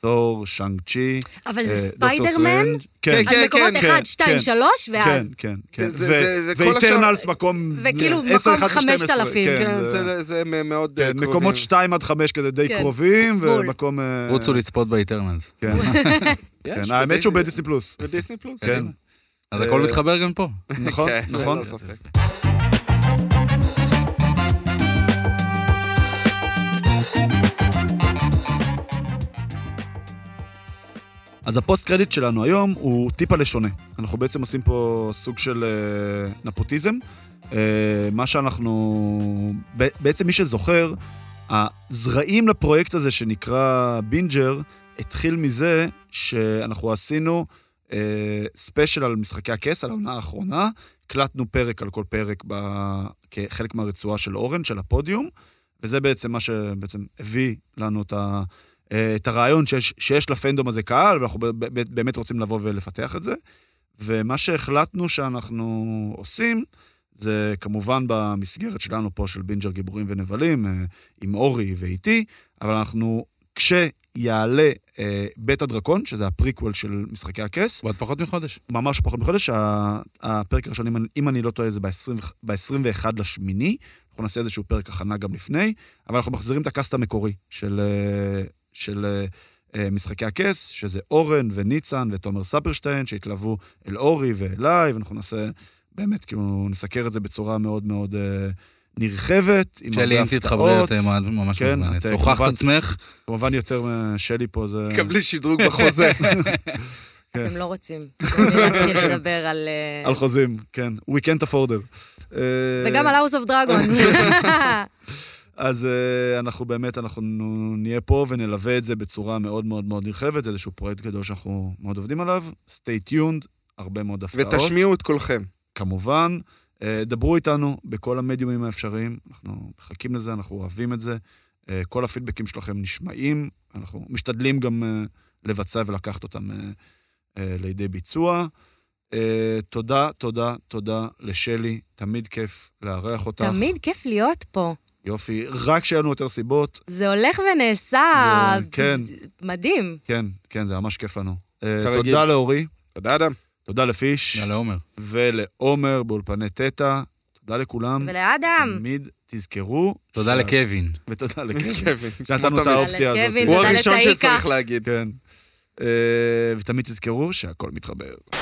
תור, שאנג צ'י,
אבל
אה,
זה
דוקטור
ספיידרמן,
סטרנג'. כן,
כן,
על מקומות
כן,
1,
כן.
2, 3, ואז.
כן, כן, כן.
זה- זה- זה כל
ואיטרנלס
השאר-
מקום...
וכאילו,
10,
מקום
11, 12,
5,000.
כן,
כן,
זה-
זה- זה מ- מאוד אה,
כן,
קרובים.
מקומות 2 עד 5 כזה די
כן,
קרובים,
בול.
ומקום... אה,
רוצו לצפות באיטרנלס.
כן,
יש,
כן,
בדיס-
האמת שהוא בדיסני פלוס.
בדיסני פלוס.
כן,
אז
אה,
הכל מתחבר גם פה.
נכון,
כן,
נכון.
ללא ספק.
אז הפוסט קרדיט שלנו היום הוא טיפה לשונה. אנחנו בעצם עושים פה סוג של אה, נפוטיזם. אה, מה שאנחנו... ב- בעצם מי שזוכר, הזרעים לפרויקט הזה שנקרא בינג'ר, התחיל מזה שאנחנו עשינו אה, ספיישל על משחקי הכס, על העונה האחרונה. הקלטנו פרק על כל פרק ב... כחלק מהרצועה של אורן, של הפודיום, וזה בעצם מה שבעצם הביא לנו את, ה... אה, את הרעיון שיש, שיש לפנדום הזה קהל, ואנחנו ב- ב- באמת רוצים לבוא ולפתח את זה. ומה שהחלטנו שאנחנו עושים, זה כמובן במסגרת שלנו פה של בינג'ר גיבורים ונבלים, אה, עם אורי ואיתי, אבל אנחנו, כשיעלה אה, בית הדרקון, שזה הפריקוול של משחקי הכס,
עוד פחות מחודש.
ממש פחות מחודש, ה- הפרק הראשון, אם אני- אם אני לא טועה, זה ב-21 לשמיני, אנחנו נעשה איזשהו פרק הכנה גם לפני, אבל אנחנו מחזירים את הקאסט המקורי של, אה, של אה, אה, משחקי הכס, שזה אורן וניצן ותומר ספרשטיין, שהתלוו אל אורי ואליי, ואנחנו נעשה, באמת, כאילו, נסקר את זה בצורה מאוד מאוד אה, נרחבת, עם
שלי,
הרבה
אם תתחברי,
הפתעות.
את אה, ממש
כן,
מוזמנת.
את, אה,
הוכחת
כמובן-
עצמך,
כמובן יותר אה, שלי פה זה...
קבלי שדרוג [laughs] בחוזה.
כן.
אתם לא רוצים. אני להתחיל לדבר על... אה,
על חוזים, כן. We can't afford אה, them.
וגם על House of Dragons.
אז אה, אנחנו באמת, אנחנו נהיה פה ונלווה את זה בצורה מאוד מאוד מאוד נרחבת, איזשהו פרויקט גדול שאנחנו מאוד עובדים עליו. stay tuned, הרבה מאוד הפתעות.
ותשמיעו את קולכם.
כמובן. אה, דברו איתנו בכל המדיומים האפשריים, אנחנו מחכים לזה, אנחנו אוהבים את זה. אה, כל הפידבקים שלכם נשמעים, אנחנו משתדלים גם אה, לבצע ולקחת אותם אה, אה, לידי ביצוע. אה, תודה, תודה, תודה לשלי, תמיד כיף לארח אותך.
תמיד כיף להיות פה.
יופי, רק שיהיה לנו יותר סיבות.
זה הולך ונעשה...
זה- כן.
מדהים.
כן, כן, זה ממש כיף לנו. אה,
כרגיל.
תודה לאורי,
תודה, אדם.
תודה לפיש,
יאללה עומר.
ולעומר באולפני תטא, תודה לכולם.
ולאדם.
תמיד תזכרו.
תודה
שה-
לקווין.
ותודה
[laughs]
לקווין.
קווין.
שנתנו את
תודה
האופציה הזאת.
לקווין,
הוא
תודה
הראשון
לתאיקה.
שצריך להגיד.
כן. אה, ותמיד תזכרו שהכל מתחבר.